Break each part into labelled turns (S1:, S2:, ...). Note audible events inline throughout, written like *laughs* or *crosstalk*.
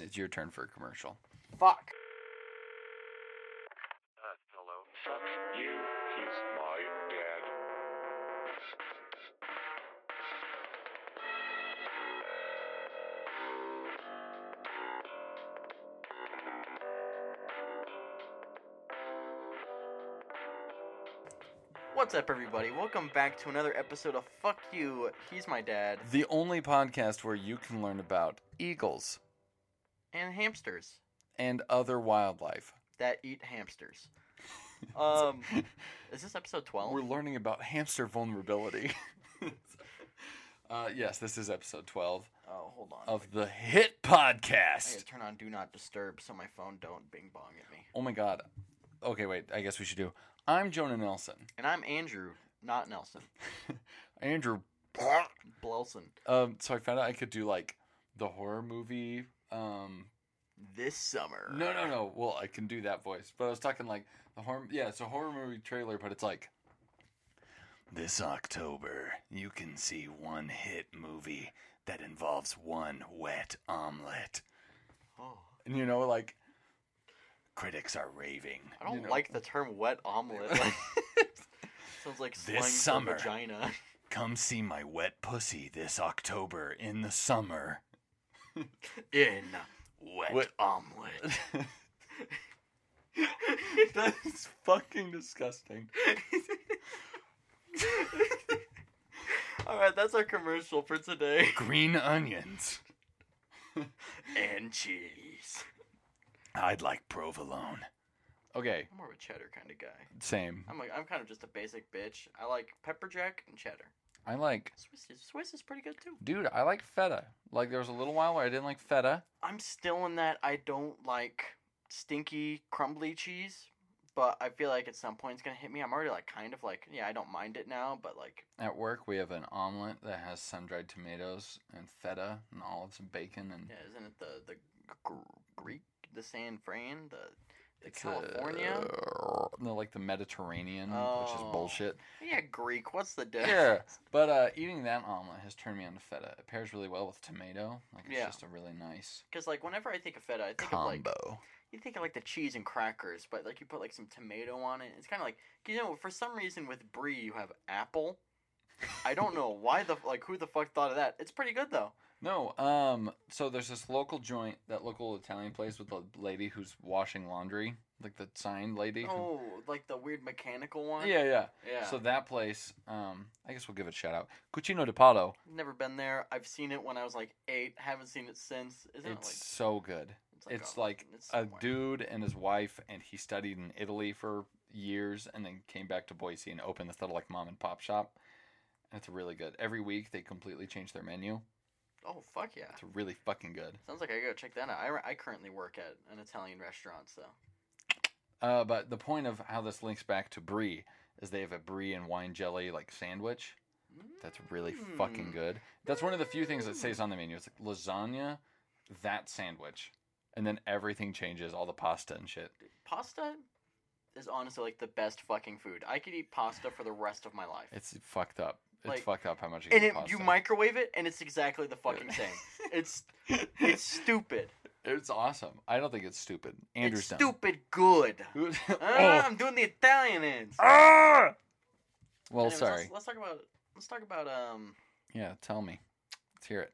S1: it's your turn for a commercial.
S2: Fuck.
S3: Uh, hello.
S4: Fuck you, he's my dad.
S2: What's up, everybody? Welcome back to another episode of Fuck You. He's my dad
S1: The only podcast where you can learn about eagles
S2: and hamsters
S1: and other wildlife.
S2: that eat hamsters.
S1: *laughs*
S2: Um, is this episode
S1: We're
S2: twelve?
S1: learning about hamster vulnerability. *laughs* uh, yes, this is episode 12
S2: Oh, hold on.
S1: of the Hit
S2: I gotta
S1: Podcast.
S2: turn on Do Not Disturb so my phone don't bing bong at me.
S1: Oh my God. Okay, wait, I guess we should do. I'm Jonah Nelson.
S2: And I'm Andrew, not Nelson.
S1: Andrew.
S2: Blelson.
S1: Um, so I found out I could do like the horror movie. Um,
S2: This summer.
S1: no, no, no. Well, I can do that voice, but I was talking like the horror. Yeah, it's a horror movie trailer, but it's like this October you can see one hit movie that involves one wet omelet,
S2: Oh.
S1: and you know, like critics are raving.
S2: I don't
S1: you know,
S2: like the term wet
S1: *laughs*
S2: omelet. Sounds like slang
S1: This
S2: for
S1: summer.
S2: vagina.
S1: Come see my wet pussy this October in the
S2: *laughs*
S1: summer.
S2: In wet,
S1: Wet-
S2: *laughs* omelet.
S1: that is fucking disgusting.
S2: *laughs* Alright, that's our commercial for today.
S1: Green onions.
S2: And cheese.
S1: I'd like provolone. Okay,
S2: I'm more of a cheddar kind of guy.
S1: same.
S2: I'm like I'm kind of just a basic bitch. I like pepper jack and cheddar.
S1: I like,
S2: Swiss is Swiss is pretty good too.
S1: dude, I like feta. Like, there was a little while where I didn't like feta.
S2: I'm still in that I don't like stinky crumbly cheese, but I feel like at some point it's gonna hit me. I'm already like kind of like yeah I don't mind it now, but like
S1: At work, we have an omelet that has sun dried tomatoes and feta and olives and bacon. And
S2: yeah isn't it the the Gr- Greek the San Fran the the
S1: it's, uh,
S2: California
S1: no, like the Mediterranean, which is
S2: Oh.
S1: bullshit.
S2: yeah Greek what's the difference?
S1: Yeah,
S2: *laughs*
S1: but uh, eating that omelet has turned me on to feta. It pairs really well with tomato. Like, it's
S2: Yeah.
S1: just a really nice
S2: Because like whenever I think of feta, I think of like
S1: combo.
S2: you think of like the cheese and crackers, but like you put like some tomato on it. It's kind of like you know for some reason with brie you have apple. I don't
S1: *laughs*
S2: know why the like who the fuck thought of that. It's pretty good though.
S1: No, um, so there's this local joint, that local Italian place with the lady who's washing laundry, like the sign lady. who-
S2: Oh, like the weird mechanical one.
S1: yeah, yeah,
S2: yeah.
S1: So that place, um, I guess we'll give it a shout out. Cucino di Pato.
S2: never been there. I've seen it when I was like eight. Haven't seen it since. Isn't
S1: It's so good.
S2: it like
S1: it's
S2: a-
S1: like
S2: it's
S1: A
S2: somewhere.
S1: dude and his wife, and he studied in Italy for years, and then came back to Boise and opened this little like mom and pop shop. And it's really good. Every week they completely change their menu.
S2: Oh fuck yeah!
S1: It's really fucking good.
S2: Sounds like I gotta check that out. I, re- I currently work at an Italian restaurant, so
S1: Uh, but the point of how this links back to brie is they have a brie and wine jelly like sandwich that's really fucking
S2: Mm.
S1: good. That's one of the few things that stays on the menu. It's like lasagna, that sandwich, and then everything changes, all the pasta and shit.
S2: pasta is honestly like the best fucking food. I could eat pasta for the rest of my life.
S1: It's fucked up. It's
S2: Like-
S1: fucked up how much you
S2: and
S1: get
S2: it,
S1: pasta. *laughs*
S2: you microwave it, and it's exactly the fucking same. It's
S1: *laughs*
S2: it's stupid.
S1: It's awesome. I don't think it's stupid. Andrew's
S2: it's
S1: done.
S2: stupid good. Ah,
S1: *laughs* oh.
S2: I'm doing the Italian ends.
S1: Ah! Well,
S2: Anyways,
S1: sorry.
S2: Let's, let's talk about let's talk about um.
S1: Yeah, tell me. Let's hear it.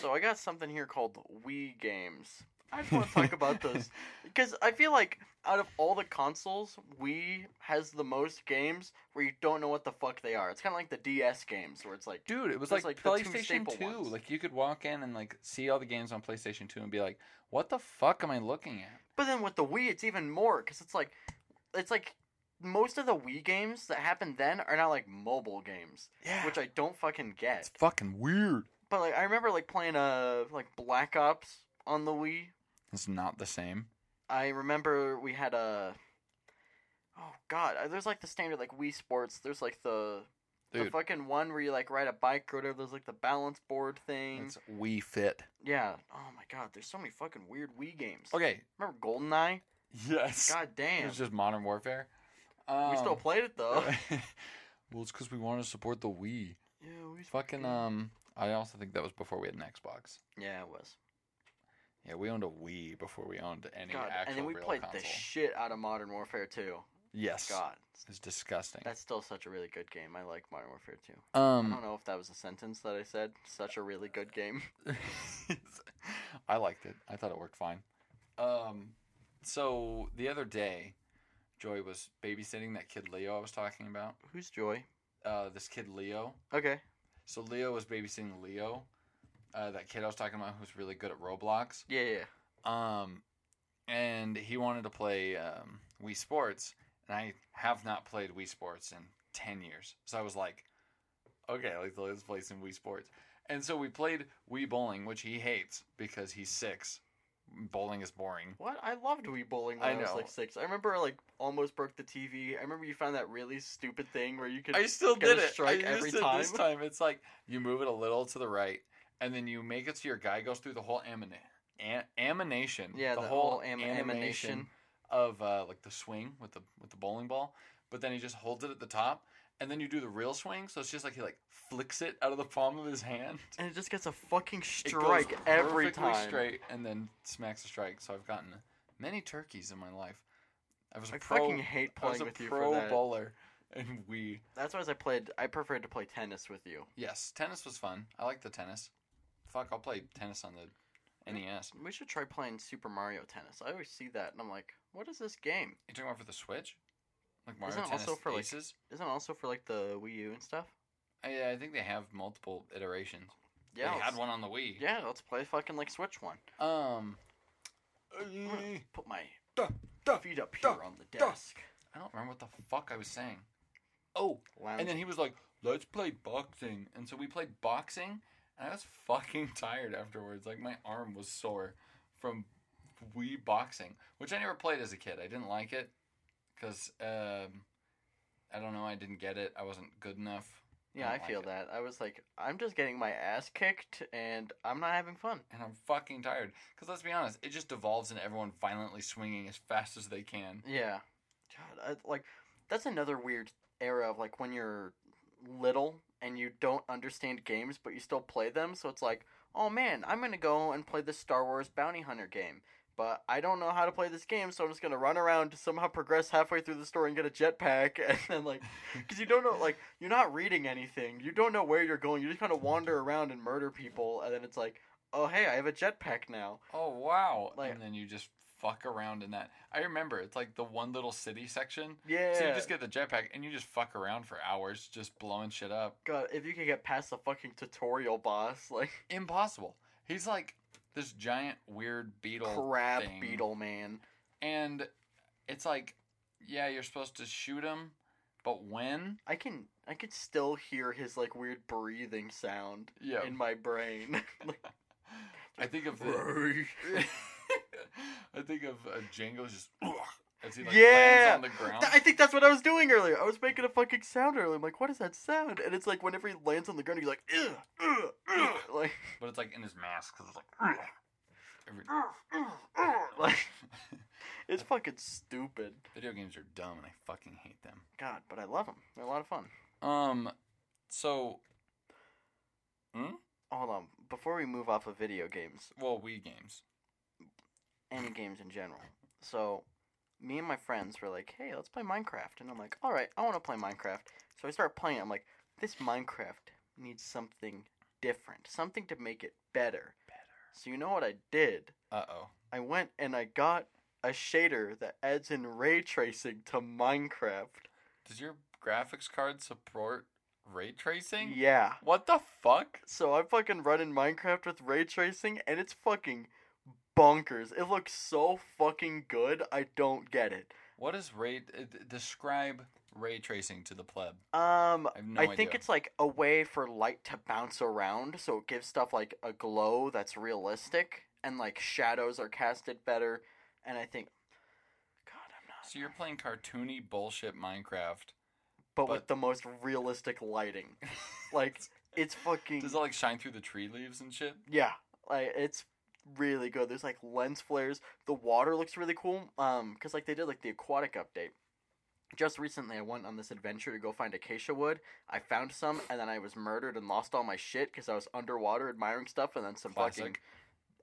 S2: So I got something here called Wii games. I just want to talk
S1: *laughs*
S2: about those because I feel like out of all the consoles, Wii has the most games where you don't know what the fuck they are. It's kind of like the DS games where it's like,
S1: Dude, it was
S2: Those,
S1: like,
S2: like, the two
S1: PlayStation
S2: staple
S1: 2.
S2: ones.
S1: Like, you could walk in and, like, see all the games on PlayStation 2 and be like, what the fuck am I looking at?
S2: But then with the Wii, it's even more because it's like, it's like most of the Wii games that happened then are now like mobile games,
S1: Yeah.
S2: which I don't fucking get.
S1: It's fucking weird.
S2: But like I remember like playing uh like Black Ops on the Wii.
S1: It's not the same.
S2: I remember we had a. Oh God! uh, There's like the standard like Wii Sports. There's like the the
S1: Dude.
S2: fucking one where you like ride a bike or whatever. There's like the balance board thing.
S1: It's Wii Fit.
S2: Yeah. Oh my God! There's so many fucking weird Wii games.
S1: Okay.
S2: Remember GoldenEye?
S1: Yes.
S2: God damn.
S1: It was just Modern Warfare. Um,
S2: we still played
S1: *laughs*
S2: it though.
S1: well, it's because we want to support the Wii.
S2: yeah, we
S1: Fucking um. I also think that was before we had an Xbox.
S2: Yeah, it was.
S1: Yeah, we owned a Wii before we owned any
S2: God,
S1: actual
S2: and then we
S1: real
S2: played
S1: console.
S2: the shit out of Modern Warfare 2.
S1: yes,
S2: God,
S1: it's disgusting.
S2: that's still such a really good game. I like Modern Warfare 2. I
S1: um,
S2: don't know if that was a sentence that I said. Such a really good game.
S1: *laughs*
S2: *laughs*
S1: I liked it. I thought it worked fine. Um, so the other day, Joy was babysitting that kid Leo I was talking about.
S2: Who's Joy?
S1: Uh, this kid Leo.
S2: Okay.
S1: So Leo was babysitting Leo, uh, that kid I was talking about who's really good at Roblox.
S2: Yeah, yeah.
S1: Um, and he wanted to play um, Wii Sports, and I have not played Wii Sports in ten years. So I was like, okay, like let's play some Wii Sports. And so we played Wii Bowling, which he hates because he's six. Bowling is boring.
S2: What? I loved Wii Bowling when
S1: I
S2: I, was
S1: know.
S2: like six. I remember I, like almost broke the TV. I remember you found that really stupid thing where you could.
S1: I still
S2: get a
S1: did it.
S2: strike
S1: I
S2: every
S1: used it this
S2: time.
S1: time.
S2: *laughs*
S1: It's like you move it a little to the right, and then you make it so your guy goes through the whole amina- an- amination.
S2: yeah,
S1: the, whole am- animation of uh, like the swing with the with the bowling ball, but then he just holds it at the top, and then you do the real swing. So it's just like he like flicks it out of the palm of his hand. *laughs*
S2: and it just gets a fucking
S1: It goes
S2: strike every
S1: perfectly
S2: time.
S1: straight, and then smacks a strike. So I've gotten many turkeys in my life. I was a
S2: I
S1: pro.
S2: fucking hate
S1: I was
S2: playing
S1: a
S2: with you
S1: pro
S2: for that.
S1: bowler, and we
S2: That's why as I played, I preferred to play tennis with you.
S1: yes, tennis was fun. I like the tennis. Fuck, I'll play tennis on the E NES.
S2: We should try playing Super Mario Tennis. I always see that and I'm like, what is this game?
S1: You talking about for the Switch? Like Mario
S2: Isn't it
S1: Tennis
S2: also for, like-
S1: Aces? Uh,
S2: Isn't it also for like the Wii U and stuff?
S1: I, I think they have multiple iterations.
S2: Yeah.
S1: they had
S2: let's-
S1: one on the Wii.
S2: Yeah, let's play fucking like Switch one.
S1: Um,
S2: I'm gonna
S1: I
S2: put my
S1: Mm. Duh, duh,
S2: feet up
S1: duh,
S2: here on the
S1: duh.
S2: desk.
S1: don't remember what the fuck I was saying. Oh, and then he was like, "Let's play boxing," and so we played boxing, and I was *laughs* fucking tired afterwards. Like my arm was sore from Wii boxing, which I never played as a kid. I didn't like it because um, I don't know. I didn't get it. I wasn't good enough. I
S2: Yeah, I
S1: don't like
S2: feel
S1: it.
S2: that. I was like, I'm just getting my ass kicked and I'm not having fun.
S1: and I'm fucking tired. Because let's be honest, it just devolves into everyone violently swinging as fast as they can.
S2: Yeah. God, I, like, that's another weird era of like when you're little and you don't understand games, but you still play them. So it's like, oh man, I'm gonna go and play this Star Wars Bounty Hunter game. But I don't know how to play this game, so I'm just gonna run around to somehow progress halfway through the store and get a jetpack, *laughs* and then like, because you don't know, like, you're not reading anything, you don't know where you're going, you just kind of wander around and murder people, and then it's like, oh hey, I have a jetpack now.
S1: Oh wow!
S2: Like-
S1: and then you just fuck around in that. I remember it's like the one little city section.
S2: Yeah.
S1: So you just get the jetpack and you just fuck around for hours, just blowing shit up.
S2: God, if you could get past the fucking tutorial boss, like
S1: Impossible. He's like this giant weird beetle.
S2: crab
S1: thing.
S2: beetle man.
S1: And it's like, yeah, you're supposed to shoot him, but when?
S2: I can I could still hear his like weird breathing sound
S1: Yeah.
S2: in my brain. *laughs*
S1: *laughs* I think of the. *laughs* I think of uh, Django just as he like
S2: Yeah.
S1: lands on the ground.
S2: I think that's what I was doing earlier. I was making a fucking sound earlier. I'm like, what is that sound? And it's like whenever he lands on the ground, he's like, ugh, ugh, ugh, *laughs* like,
S1: but it's like in his mask because it's like. *sighs* "Ugh." Every- *laughs*
S2: ugh, ugh, ugh. like it's fucking stupid.
S1: video games are dumb, and I fucking hate them.
S2: God, but I love them. They're a lot of fun.
S1: Um, so
S2: Hold on, before we move off of video games,
S1: well, Wii games.
S2: any games in general. So, me and my friends were like, "Hey, let's play Minecraft," and I'm like, "All right, I want to play Minecraft." So I start playing. it. I'm like, "This Minecraft needs something different, something to make it better."
S1: Better.
S2: So you know what I did?
S1: Uh oh.
S2: I went and I got a shader that adds in ray tracing to Minecraft.
S1: Does your graphics card support ray tracing?
S2: Yeah.
S1: What the fuck?
S2: So I'm fucking running Minecraft with ray tracing, and it's fucking bonkers. It looks so fucking good. I don't get it.
S1: What is ray? Uh, d- describe ray tracing to the pleb.
S2: Um,
S1: I have no
S2: I
S1: idea.
S2: think it's like a way for light to bounce around, so it gives stuff like a glow that's realistic, and like shadows are casted better. And I think, God, I'm not.
S1: So you're playing cartoony bullshit Minecraft.
S2: But,
S1: but-
S2: with the most realistic
S1: *laughs*
S2: lighting, like it's fucking
S1: Does it like shine through the tree leaves and shit?
S2: yeah, like it's really good. There's like lens flares. The water looks really cool. Um, cause like they did like the aquatic update. Just recently, I went on this adventure to go find acacia wood. I found some, and then I was murdered and lost all my shit because I was underwater admiring stuff, and then some fucking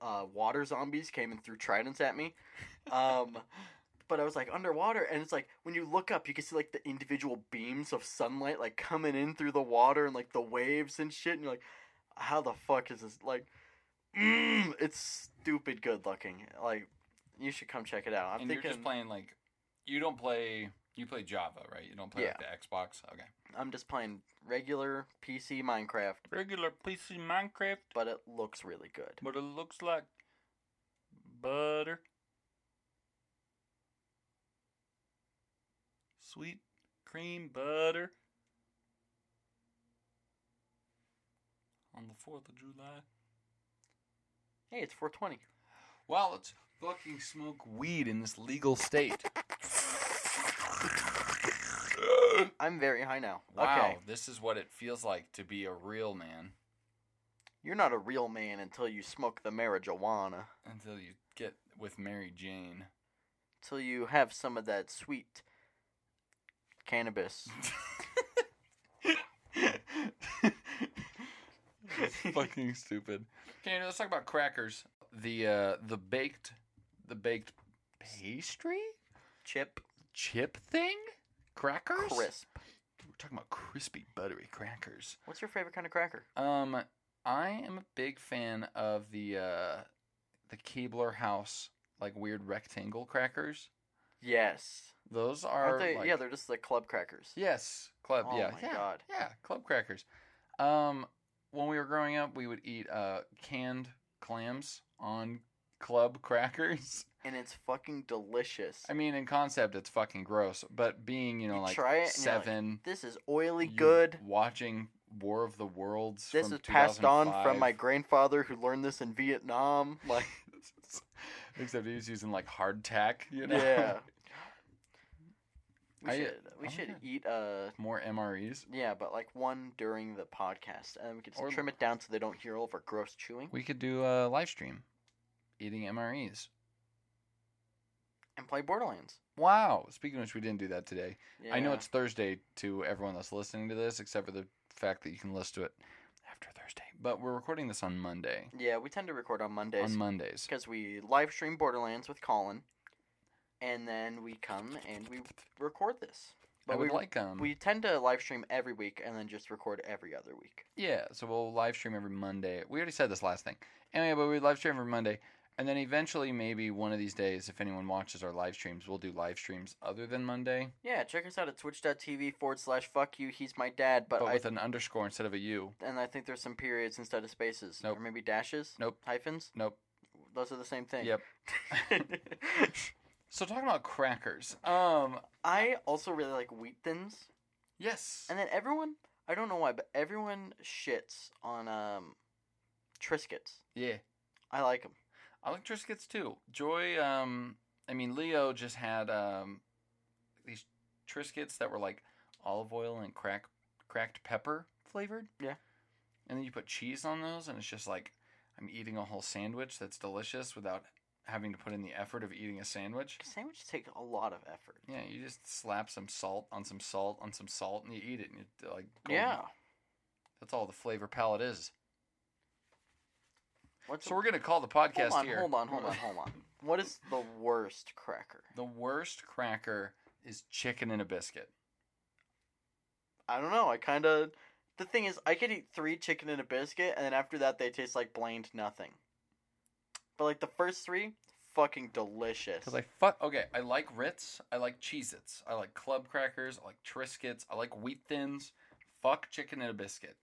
S1: Classic.
S2: uh, water zombies came and threw tridents at me. Um, but I was like underwater, and it's like when you look up, you can see like the individual beams of sunlight like coming in through the water and like the waves and shit, and you're like, how the fuck is this? Like, mm, it's stupid good looking. Like, you should come check it out. I'm
S1: and
S2: thinking
S1: you're just playing like you don't play you play Java, right? You don't play like the Xbox. Okay.
S2: I'm just playing regular PC Minecraft,
S1: Regular PC Minecraft,
S2: but it looks really good.
S1: but it looks like butter. Sweet cream butter. On the 4th of July.
S2: Hey, it's 420.
S1: Wow, let's fucking smoke weed in this legal *laughs* state.
S2: I'm very high now.
S1: Wow,
S2: Okay.
S1: this is what it feels like to be a real man
S2: You're not a real man until you smoke the marijuana.
S1: until you get with Mary Jane.
S2: Until you have some of that sweet cannabis.
S1: fucking stupid. Okay, let's talk about crackers. The uh, the baked the baked pastry
S2: Chip.
S1: chip thing crackers.
S2: Crisp.
S1: We're talking about crispy buttery crackers.
S2: What's your favorite kind of cracker?
S1: Um, I am a big fan of the uh, the Keebler House like weird rectangle crackers.
S2: Yes.
S1: Those are
S2: Aren't they?
S1: like-
S2: yeah, they're just the club crackers.
S1: Yes, club.
S2: Oh
S1: yeah,
S2: my
S1: yeah,
S2: God.
S1: yeah, club crackers. Um, when we were growing up, we would eat uh canned clams on club *laughs* crackers.
S2: And it's fucking delicious.
S1: I mean, in concept, it's fucking gross, but being you know
S2: You
S1: like
S2: try it and you're like,
S1: seven,
S2: this is oily
S1: you
S2: good.
S1: Watching War of the Worlds.
S2: This
S1: from
S2: is passed on from
S1: 2005. *laughs*
S2: my grandfather who learned this in Vietnam. Like,
S1: Except he was using like hardtack, *laughs* you know. *laughs*
S2: yeah. We
S1: I-
S2: should, we
S1: oh my
S2: should
S1: God.
S2: eat uh
S1: More MREs.
S2: yeah, but like one during the podcast, and then we could just
S1: Or-
S2: trim it down so they don't hear all of our gross chewing
S1: We could do a live stream, eating MREs.
S2: and play Borderlands.
S1: Wow. Speaking of which, we didn't do that today. I know
S2: Yeah.
S1: it's Thursday to everyone that's listening to this, except for the fact that you can listen to it after Thursday. But we're recording this on Monday.
S2: yeah. We tend to record on Mondays
S1: On Mondays.
S2: because we live stream Borderlands with Colin, and then we come and we record this.
S1: I
S2: But
S1: would
S2: we
S1: like um
S2: we tend to live stream every week and then just record every other week.
S1: yeah. So we'll live stream every Monday. We already said this last thing. Anyway, but we live stream every Monday, and then eventually maybe one of these days, if anyone watches our live streams, we'll do live streams other than Monday,
S2: Yeah, check us out at twitch.tv forward slash fuck you. He's my dad, but,
S1: but
S2: I
S1: with an underscore instead of a U.
S2: and I think there's some periods instead of spaces.
S1: Nope.
S2: Or maybe dashes.
S1: Nope.
S2: Hyphens.
S1: Nope.
S2: Those are the same thing.
S1: Yep. So talking about crackers. Um.
S2: *laughs* I also really like wheat thins,
S1: Yes.
S2: and then everyone. I don't know why, but everyone shits on um, Triscuits.
S1: Yeah.
S2: I like them.
S1: I like Triscuits too. Joy, um, I mean, Leo just had um, these Triscuits that were like olive oil and crack, cracked pepper flavored.
S2: Yeah.
S1: And then you put cheese on those, and it's just like I'm eating a whole sandwich that's delicious without having to put in the effort of eating a sandwich.
S2: Sandwiches take a lot of effort.
S1: Yeah, you just slap some salt on some salt on some salt, and you eat it, and you like golden.
S2: Yeah.
S1: That's all the flavor palette is.
S2: What's
S1: So we're gonna call the podcast
S2: hold on,
S1: here.
S2: hold on, hold on, hold on. What is the worst cracker?
S1: The worst cracker is chicken and a biscuit.
S2: I don't know. I kind of. The thing is, I could eat three chicken and a biscuit, and then after that, they taste like blamed nothing. But like the first three, fucking delicious.
S1: Because I fuck. Okay, I like Ritz. I like Cheez Its. I like club crackers. I like Triscuits. I like wheat thins. Fuck chicken and a biscuit.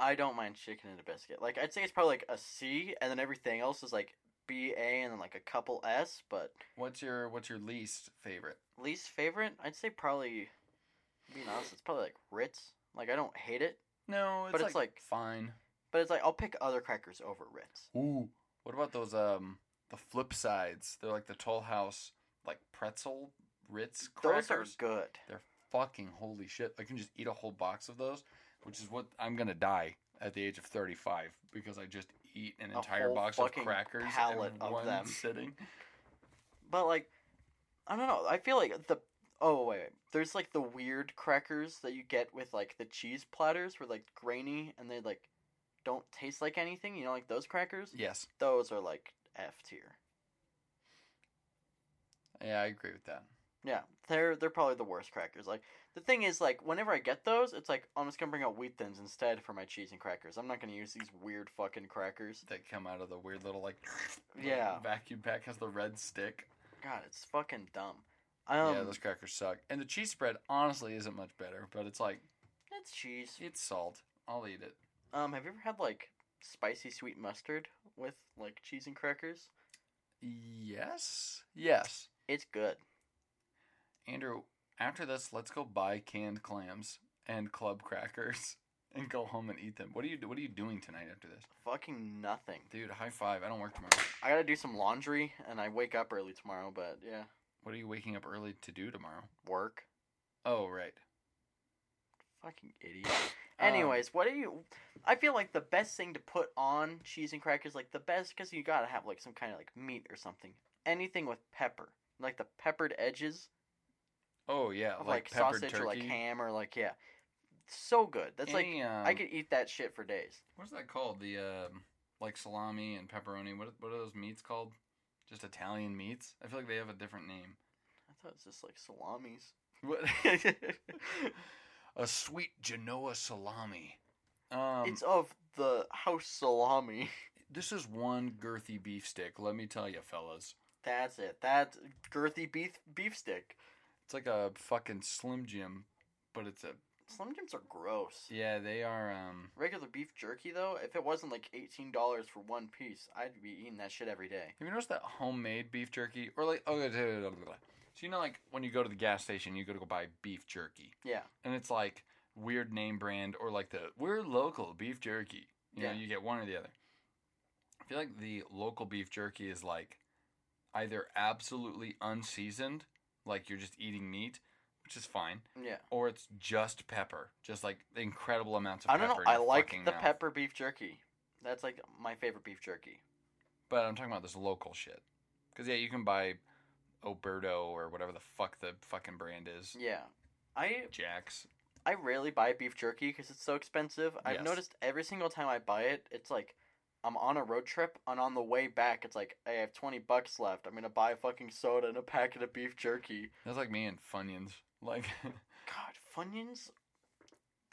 S2: I don't mind chicken and a biscuit. Like I'd say it's probably like a C, and then everything else is like B A, and then like a couple S. But
S1: What's your What's your least favorite?
S2: least favorite, I'd say probably. Being honest, it's probably like Ritz. Like I don't hate it,
S1: No, it's
S2: But
S1: like,
S2: it's like-
S1: fine.
S2: but it's like I'll pick other crackers over Ritz.
S1: Ooh, what about those um the flip sides? They're like the Toll House like pretzel Ritz crackers.
S2: Those are good.
S1: They're fucking holy shit. I can just eat a whole box of those, which is what I'm gonna die at the age of 35 because I just eat an
S2: A
S1: entire
S2: whole
S1: box of
S2: fucking
S1: crackers
S2: pallet
S1: in
S2: of
S1: one
S2: them. *laughs*
S1: sitting.
S2: But like, I don't know. I feel like the oh wait, wait. there's like the weird crackers that you get with like the cheese platters, where like grainy and they like don't taste like anything, you know, like those crackers,
S1: Yes.
S2: those are like F tier.
S1: Yeah, I agree with that.
S2: Yeah, they're they're probably the worst crackers. Like the thing is, like whenever I get those, it's like I'm just gonna bring out wheat thins instead for my cheese and crackers. I'm not gonna use these weird fucking crackers.
S1: That come out of the weird little like
S2: Yeah.
S1: vacuum pack has the red stick.
S2: God, it's fucking dumb. Um,
S1: yeah, those crackers suck. And the cheese spread honestly isn't much better, but it's like
S2: it's cheese.
S1: it's salt. I'll eat it.
S2: Um, have you ever had like spicy sweet mustard with like cheese and crackers?
S1: Yes. Yes.
S2: It's good.
S1: Andrew, after this, let's go buy canned clams and club crackers *laughs* and go home and eat them. What are you what are you doing tonight after this?
S2: Fucking nothing.
S1: Dude, high five. I don't work tomorrow.
S2: I gotta do some laundry, and I wake up early tomorrow. But yeah,
S1: What are you waking up early to do tomorrow?
S2: work.
S1: Oh, right. Uh,
S2: Fucking idiot.
S1: Um,
S2: Anyways, what do you? I feel like the best thing to put on cheese and crackers, like the best, because you gotta have like some kind of like meat or something. Anything with pepper, like the peppered edges
S1: Oh yeah,
S2: of
S1: like,
S2: like,
S1: peppered
S2: sausage
S1: turkey.
S2: or like ham or like yeah, so good. That's like
S1: Any, um,
S2: I could eat that shit for days.
S1: What's that called? The um, like salami and pepperoni. What what are those meats called? Just Italian meats. I feel like they have a different name.
S2: I thought it was just like salamis. *laughs*
S1: What? a sweet Genoa salami. Um,
S2: it's of the house salami. *laughs*
S1: this is one girthy beef stick. Let me tell you, fellas.
S2: That's it. That's girthy beef beef stick.
S1: It's like a fucking Slim Jim, but it's a
S2: Slim Jims are gross.
S1: yeah. They are um.
S2: Regular beef jerky though, if it wasn't like eighteen dollars for one piece, I'd be eating that shit every day.
S1: Have you noticed that homemade beef jerky or like oh? So you know like when you go to the gas station, you go to go buy beef jerky.
S2: Yeah.
S1: and it's like weird name brand or like the we're local beef jerky. You
S2: Yeah.
S1: know, you get one or the other. I feel like the local beef jerky is like either absolutely unseasoned, like you're just eating meat, which is fine,
S2: Yeah.
S1: or it's just pepper, just like incredible amounts of
S2: I don't know.
S1: pepper. in
S2: I
S1: your
S2: like
S1: fucking
S2: the
S1: mouth.
S2: pepper beef jerky. That's like my favorite beef jerky.
S1: but I'm talking about this local shit. Because yeah, you can buy Oberto or whatever the fuck the fucking brand is,
S2: Yeah. I
S1: Jack's.
S2: I rarely buy beef jerky because it's so expensive. I've
S1: Yes.
S2: noticed every single time I buy it, it's like I'm on a road trip and on the way back, it's like hey, I have twenty bucks left. I'm gonna buy a fucking soda and a packet of beef jerky.
S1: That's like me and Funyuns. Like *laughs*
S2: God, Funyuns.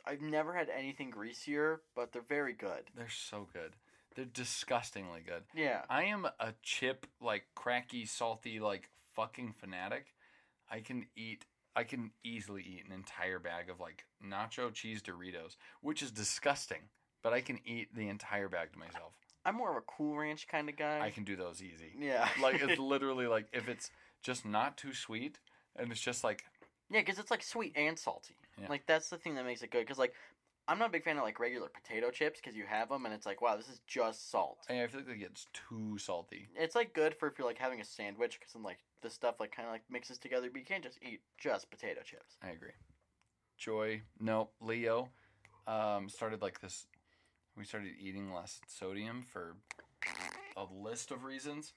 S2: I've never had anything greasier, but they're very good.
S1: They're so good. They're disgustingly good.
S2: Yeah.
S1: I am a chip, like cracky, salty, like fucking fanatic. I can eat. I can easily eat an entire bag of like nacho cheese Doritos, which is disgusting. But I can eat the entire bag to myself.
S2: I'm more of a Cool Ranch kind of guy.
S1: I can do those easy.
S2: *laughs* Yeah.
S1: Like it's literally like if it's just not too sweet and it's just like
S2: yeah, because it's like sweet and salty.
S1: Yeah.
S2: Like that's the thing that makes it good. Because like I'm not a big fan of like regular potato chips because you have them and it's like wow this is just salt.
S1: I feel like it gets too salty.
S2: It's like good for if you're like having a sandwich because then like the stuff like kind of like mixes together. But you can't just eat just potato chips.
S1: I agree. Joy, no, Leo, um, started like this. We started eating less sodium for a list of reasons,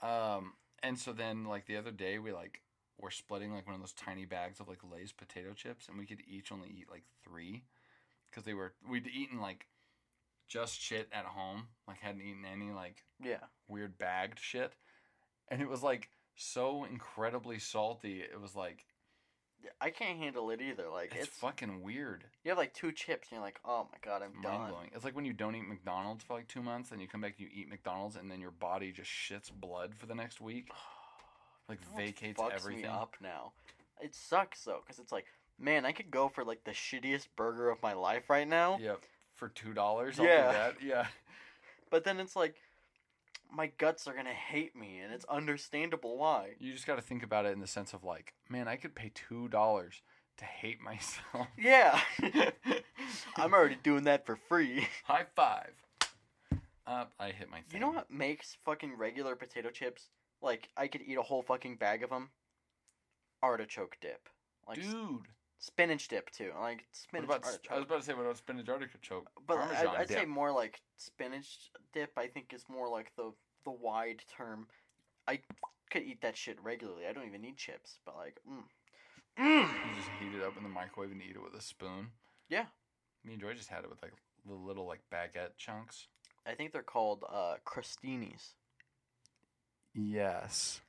S1: um, and so then like the other day we like were splitting like one of those tiny bags of like Lay's potato chips, and we could each only eat like three because they were we'd eaten like just shit at home, like hadn't eaten any like
S2: Yeah.
S1: weird bagged shit, and it was like so incredibly salty. It was like
S2: I can't handle it either. Like
S1: it's
S2: it's,
S1: fucking weird.
S2: you have like two chips and you're like oh my god I'm
S1: mind
S2: done. *sighs*
S1: blowing. It's like when you don't eat McDonald's for like two months, and you come back and you eat McDonald's, and then your body just shits blood for the next week. Like
S2: It almost
S1: vacates
S2: fucks
S1: everything.
S2: me up now. It sucks though because it's like man I could go for like the shittiest burger of my life right now.
S1: Yep. For two dollars, I'll
S2: Yeah.
S1: do that. Yeah.
S2: But then it's like, my guts are gonna hate me, and it's understandable why.
S1: You just got to think about it in the sense of like, man, I could pay two dollars to hate myself. *laughs*
S2: Yeah, *laughs* I'm already doing that for free.
S1: High five. Up, I hit my. Thing.
S2: You know what makes fucking regular potato chips like I could eat a whole fucking bag of them? Artichoke dip, like s-
S1: dude?
S2: spinach dip too, like
S1: What
S2: spinach
S1: about? s- I was
S2: artichoke.
S1: about to say what about spinach artichoke?
S2: But I-
S1: Parmesan
S2: I'd say
S1: dip.
S2: more like spinach dip. I think is more like the the wide term. I could eat that shit regularly. I don't even need chips, but like, mm. Mm.
S1: You just heat it up in the microwave and eat it with a spoon.
S2: Yeah.
S1: Me and Joy just had it with like the little like baguette chunks?
S2: I think they're called uh, crostinis.
S1: Yes.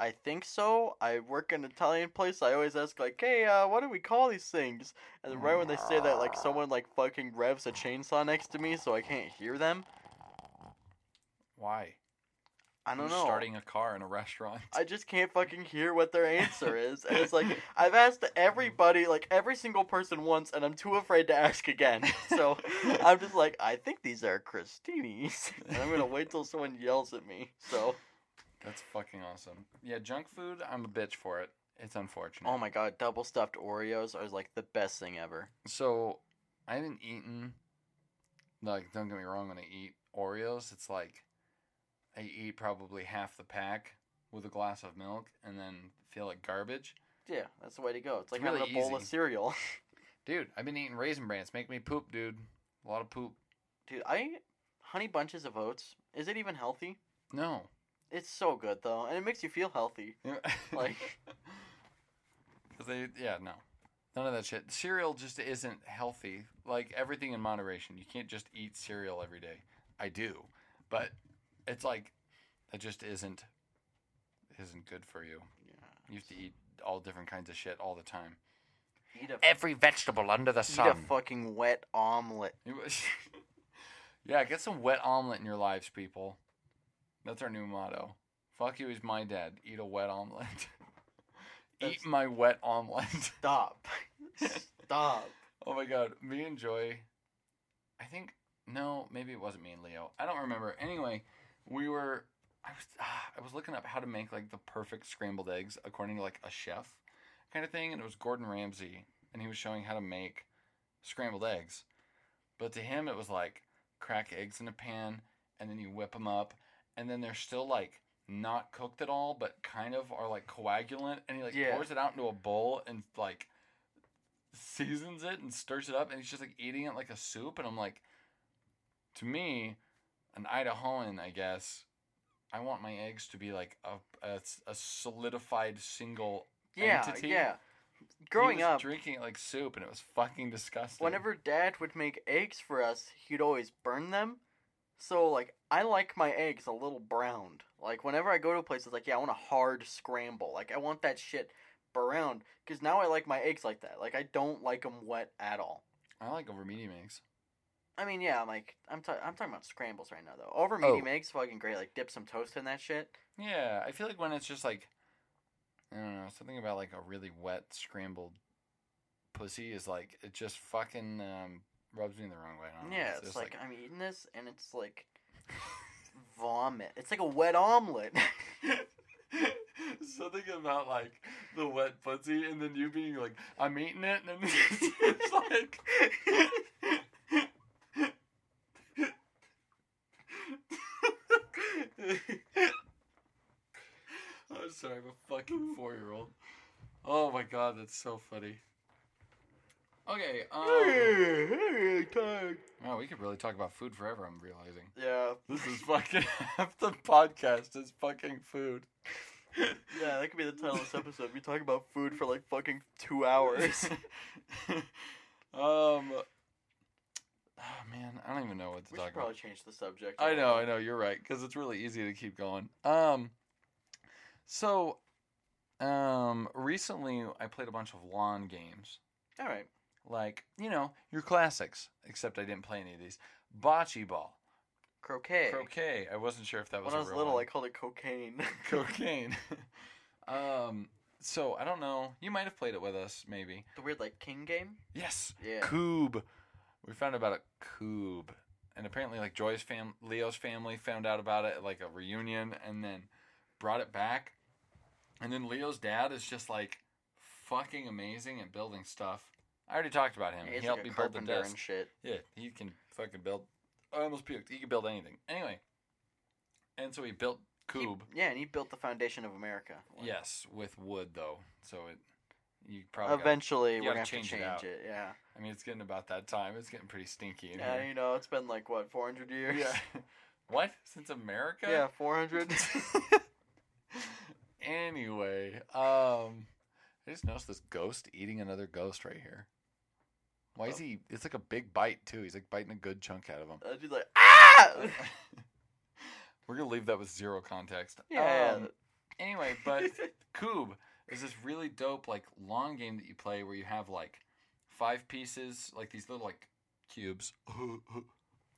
S2: I think so. I work in an Italian place. I always ask like, "Hey, uh, what do we call these things?" And then right when they say that, like someone like fucking revs a chainsaw next to me, so I can't hear them.
S1: Why?
S2: I don't
S1: Who's
S2: know.
S1: Starting a car in a restaurant.
S2: I just can't fucking hear what their answer is, and it's like I've asked everybody, like every single person once, and I'm too afraid to ask again.
S1: *laughs*
S2: So I'm just like, I think these are Christinis, *laughs* and I'm gonna wait till someone yells at me. So,
S1: That's fucking awesome. Yeah, junk food. I'm a bitch for it. It's unfortunate.
S2: oh my god, double stuffed Oreos are like the best thing ever.
S1: So I haven't eaten. Like, don't get me wrong. When I eat Oreos, it's like I eat probably half the pack with a glass of milk, and then feel like garbage.
S2: Yeah, that's the way to go. It's like
S1: really
S2: having a bowl of
S1: easy.
S2: cereal. *laughs*
S1: Dude, I've been eating raisin bran. It's making me poop, dude. A lot of poop.
S2: Dude, I honey bunches of oats. Is it even healthy?
S1: No.
S2: It's so good though, and it makes you feel healthy.
S1: Yeah.
S2: Like-
S1: *laughs* 'Cause they, yeah, no, none of that shit. Cereal just isn't healthy. Like everything in moderation. You can't just eat cereal every day. I do, but it's like it just isn't isn't good for you.
S2: Yeah.
S1: You have to eat all different kinds of shit all the time.
S2: Eat a
S1: Every vegetable under the
S2: eat a fucking wet omelet.
S1: *laughs* yeah, get some wet omelet in your lives, people. That's our new motto. Fuck you is my dad. Eat a wet omelet. *laughs*
S2: That's-
S1: Eat my wet omelet. *laughs*
S2: Stop. *laughs* Stop.
S1: Oh my god, me and Joy. I think no, maybe it wasn't me and Leo. I don't remember. Anyway, we were. I was *sighs* ah, I was looking up how to make like the perfect scrambled eggs according to like a chef kind of thing, and it was Gordon Ramsay, and he was showing how to make scrambled eggs. But to him, it was like crack eggs in a pan, and then you whip them up, and then they're still like not cooked at all, but kind of are like coagulant, and he like
S2: Yeah.
S1: pours it out into a bowl and like seasons it and stirs it up, and he's just like eating it like a soup, and I'm like, to me, an Idahoan, I guess. I want my eggs to be like a, a, a solidified single
S2: Yeah,
S1: Entity?
S2: yeah.
S1: He
S2: Growing
S1: was
S2: up,
S1: drinking it like soup, and it was fucking disgusting.
S2: whenever dad would make eggs for us, he'd always burn them. So like I like my eggs a little browned. Like whenever I go to a place it's like, yeah, I want a hard scramble. Like I want that shit browned cuz now I like my eggs like that. Like I don't like them wet at all.
S1: I like over medium eggs.
S2: I mean, yeah, I'm like I'm ta- I'm talking about scrambles right now though. Over medium
S1: Oh.
S2: eggs fucking great. Like dip some toast in that shit.
S1: Yeah, I feel like when it's just like, I don't know, something about like a really wet scrambled pussy is like it just fucking um, rubs me the wrong way. I don't know,
S2: yeah, it's,
S1: Oh, just
S2: like, I'm eating this and it's like *laughs* vomit. It's like a wet omelet. *laughs*
S1: *laughs* Something about like the wet pussy, and then you being like, "I'm eating it," and then *laughs* *laughs* it's like, I'm sorry, I'm a fucking four-year-old. Oh my god, that's so funny. Okay, um, wow, we could really talk about food forever. I'm realizing.
S2: yeah.
S1: This is fucking *laughs* half the podcast is fucking food.
S2: *laughs* Yeah, that could be the title of this episode. We talk about food for like fucking
S1: *laughs*
S2: two hours.
S1: um oh man, I don't even know what to
S2: we
S1: talk about.
S2: should probably change the subject.
S1: I know, I know, you're right, because it's really easy to keep going. Um so um recently I played a bunch of lawn games.
S2: All right.
S1: Like, you know, your classics. Except I didn't play any of these. Bocce ball.
S2: Croquet.
S1: Croquet. I wasn't sure if that was
S2: when I
S1: a
S2: was
S1: real
S2: little, *laughs*
S1: one.
S2: I called
S1: *laughs*
S2: it cocaine.
S1: cocaine. um, so I don't know. You might have played it with us, maybe.
S2: the weird like king game.
S1: Yes,
S2: Yeah.
S1: Coob. We found out about it, Coob, and apparently, like Joy's fam, Leo's family found out about it at like a reunion, and then brought it back. And then Leo's dad is just like fucking amazing at building stuff. I already talked about him. he
S2: He's like
S1: helped
S2: a
S1: me build the
S2: carpenter
S1: desk.
S2: and shit.
S1: Yeah, he can fucking build. I almost puked. He can build anything. Anyway, and so he built
S2: He-
S1: Coob.
S2: yeah, and he built the foundation of America. Like,
S1: Yes, with wood though. So it you probably got-
S2: Eventually,
S1: you
S2: we're gonna
S1: gotta
S2: have
S1: change it
S2: to
S1: out.
S2: change it. Yeah.
S1: I mean, it's getting about that time. It's getting pretty stinky in
S2: Yeah,
S1: here.
S2: you know, it's been like what, four hundred years? *laughs*
S1: Yeah. what? Since America?
S2: Yeah,
S1: *laughs*
S2: four hundred. *laughs*
S1: anyway, um, I just noticed this ghost eating another ghost right here. Why is he? It's like a big bite too. He's like biting a good chunk out of him.
S2: I'd be like, ah!
S1: We're gonna leave that with zero context.
S2: Yeah.
S1: Um, anyway, but *laughs*
S2: *laughs*
S1: Cube is this really dope like long game that you play where you have like five pieces, like these little like cubes. *laughs*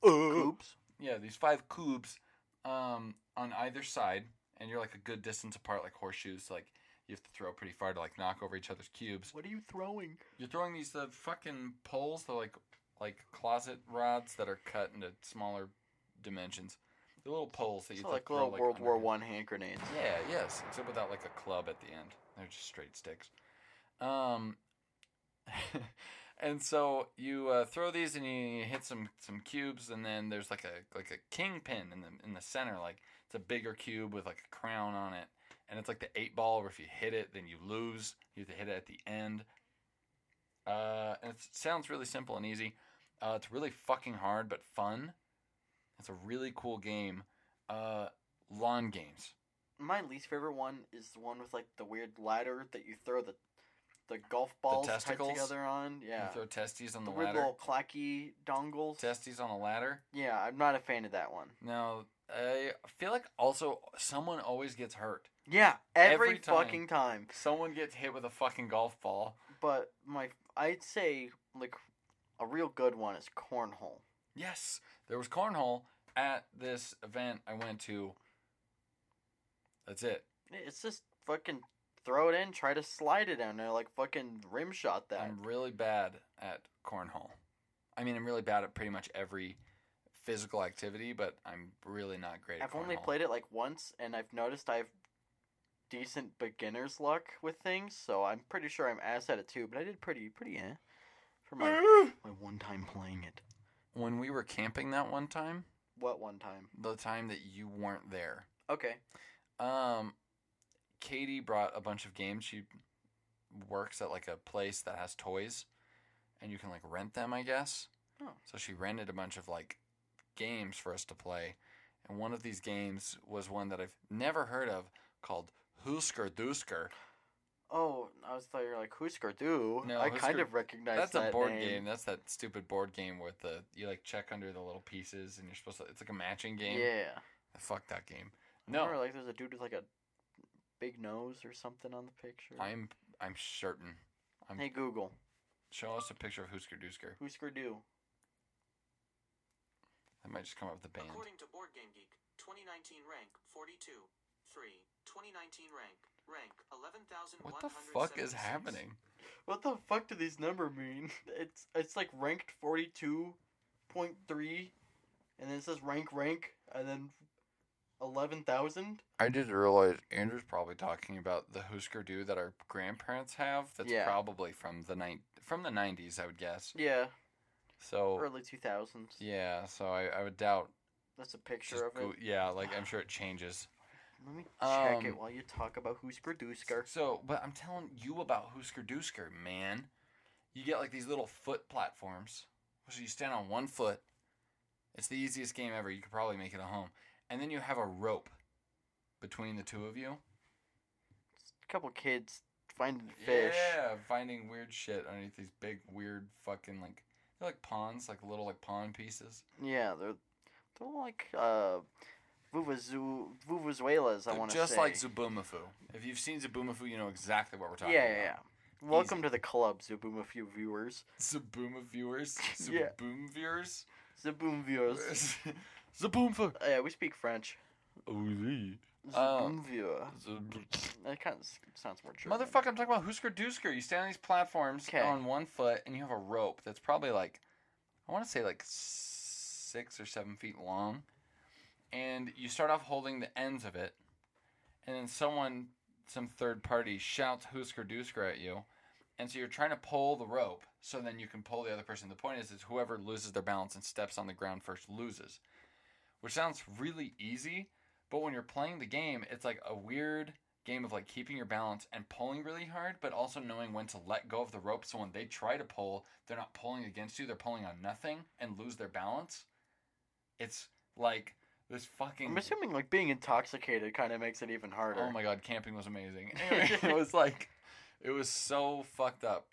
S2: Oops.
S1: yeah, these five cubes um, on either side, and you're like a good distance apart, like horseshoes. Like you have to throw pretty far to like knock over each other's cubes.
S2: What are you throwing?
S1: You're throwing these uh, fucking poles, they're like like closet rods that are cut into smaller dimensions. They're little poles that you
S2: So like
S1: throw,
S2: little World War
S1: under-
S2: One hand grenades.
S1: yeah, yes, except without like a club at the end. They're just straight sticks. Um, *laughs* and so you uh, throw these and you, you hit some some cubes, and then there's like a like a kingpin in the in the center. Like it's a bigger cube with like a crown on it, and it's like the eight ball where if you hit it, then you lose. You have to hit it at the end. Uh, and it sounds really simple and easy. Uh, it's really fucking hard but fun. It's a really cool game. Uh, lawn games.
S2: My least favorite one is the one with like the weird ladder that you throw the the golf balls tied
S1: testicles?
S2: together on. Yeah.
S1: You throw testes on
S2: the
S1: the,
S2: weird
S1: ladder.
S2: little clacky dongles.
S1: Testes on a ladder.
S2: yeah, I'm not a fan of that one.
S1: Now, I feel like also someone always gets hurt.
S2: Yeah, every,
S1: Every time.
S2: fucking time.
S1: Someone gets hit with a fucking golf ball.
S2: But my, I'd say like a real good one is cornhole.
S1: Yes, there was cornhole at this event I went to. That's it.
S2: It's just fucking throw it in, try to slide it down there, like fucking rim shot that.
S1: I'm really bad at cornhole. I mean, I'm really bad at pretty much every physical activity, but I'm really not great at
S2: I've only
S1: cornhole.
S2: played it like once, and I've noticed I've decent beginner's luck with things, so I'm pretty sure I'm ass at it too. But I did pretty pretty eh for my
S1: *laughs*
S2: my one time playing it.
S1: when we were camping that one time,
S2: What one time?
S1: the time that you weren't there.
S2: Okay.
S1: Um, Katie brought a bunch of games. She works at like a place that has toys, and you can like rent them, I guess.
S2: Oh.
S1: So she rented a bunch of like games for us to play, and one of these games was one that I've never heard of called Hoosker Doosker.
S2: Oh, I was thought you were like Husker Du.
S1: No,
S2: I kind
S1: Husker-
S2: of recognize
S1: That's
S2: that
S1: a board
S2: name.
S1: game. That's that stupid board game with the you like check under the little pieces, and you're supposed to. It's like a matching game.
S2: Yeah.
S1: Fuck that game.
S2: No.
S1: No,
S2: like there's a dude with like a big nose or something on the picture.
S1: I'm I'm certain. I'm
S2: Hey Google,
S1: show us a picture of Hoosker Doosker.
S2: Husker Du.
S1: That might just come up with the band.
S3: According to Board Game Geek, 2019 rank 42, 3, 2019 rank, rank 11,176.
S1: What the fuck is happening?
S2: What the fuck do these number mean? *laughs* It's it's like ranked forty two point three, and then it says rank rank, and then eleven thousand.
S1: I just realized Andrew's probably talking about the Husker Du that our grandparents have. That's
S2: Yeah.
S1: probably from the ni- from the nineties, I would guess.
S2: Yeah,
S1: So
S2: early two thousands.
S1: Oh. yeah, so I, I would doubt.
S2: That's a picture
S1: just
S2: of it.
S1: Goo- yeah, like I'm sure it changes.
S2: Let me check it
S1: Um,
S2: while you talk about Husker Dusker.
S1: So, but I'm telling you about Husker Dusker, man. You get like these little foot platforms, so you stand on one foot. It's the easiest game ever. You could probably make it a home, and then you have a rope between the two of you.
S2: A couple kids finding fish.
S1: Yeah, finding weird shit underneath these big weird fucking like they're like ponds, like little like pond pieces.
S2: Yeah, they're they're like uh, vuvuzu vuvuzuelas. I
S1: They're
S2: want to say
S1: just like Zubumafu. If you've seen Zubumafu, you know exactly what we're talking
S2: yeah, yeah,
S1: about.
S2: yeah. Welcome to the club, Zubumafu viewers.
S1: Zubuma viewers,
S2: *laughs* Yeah.
S1: Zuboom viewers,
S2: Zaboom viewers.
S1: *laughs* Zuboomfu.
S2: yeah, we speak French.
S1: Oli. Oh.
S2: Zaboom viewer.
S1: Zub-
S2: That kind of s- sounds more German.
S1: Motherfucker, I'm talking about Husker Dusker. You stand on these platforms
S2: 'Kay.
S1: on one foot, and you have a rope that's probably like, I want to say like six or seven feet long, and you start off holding the ends of it, and then someone, some third party, shouts Husker Dusker at you, and so you're trying to pull the rope, so then you can pull the other person. The point is, is whoever loses their balance and steps on the ground first loses, which sounds really easy, but when you're playing the game, it's like a weird game of like keeping your balance and pulling really hard, but also knowing when to let go of the rope. So when they try to pull, they're not pulling against you; they're pulling on nothing and lose their balance. It's like this fucking.
S2: I'm assuming like being intoxicated kind of makes it even harder.
S1: Oh my god, camping was
S2: *laughs*
S1: amazing. *clears throat* Anyway, it was like, it was so fucked up,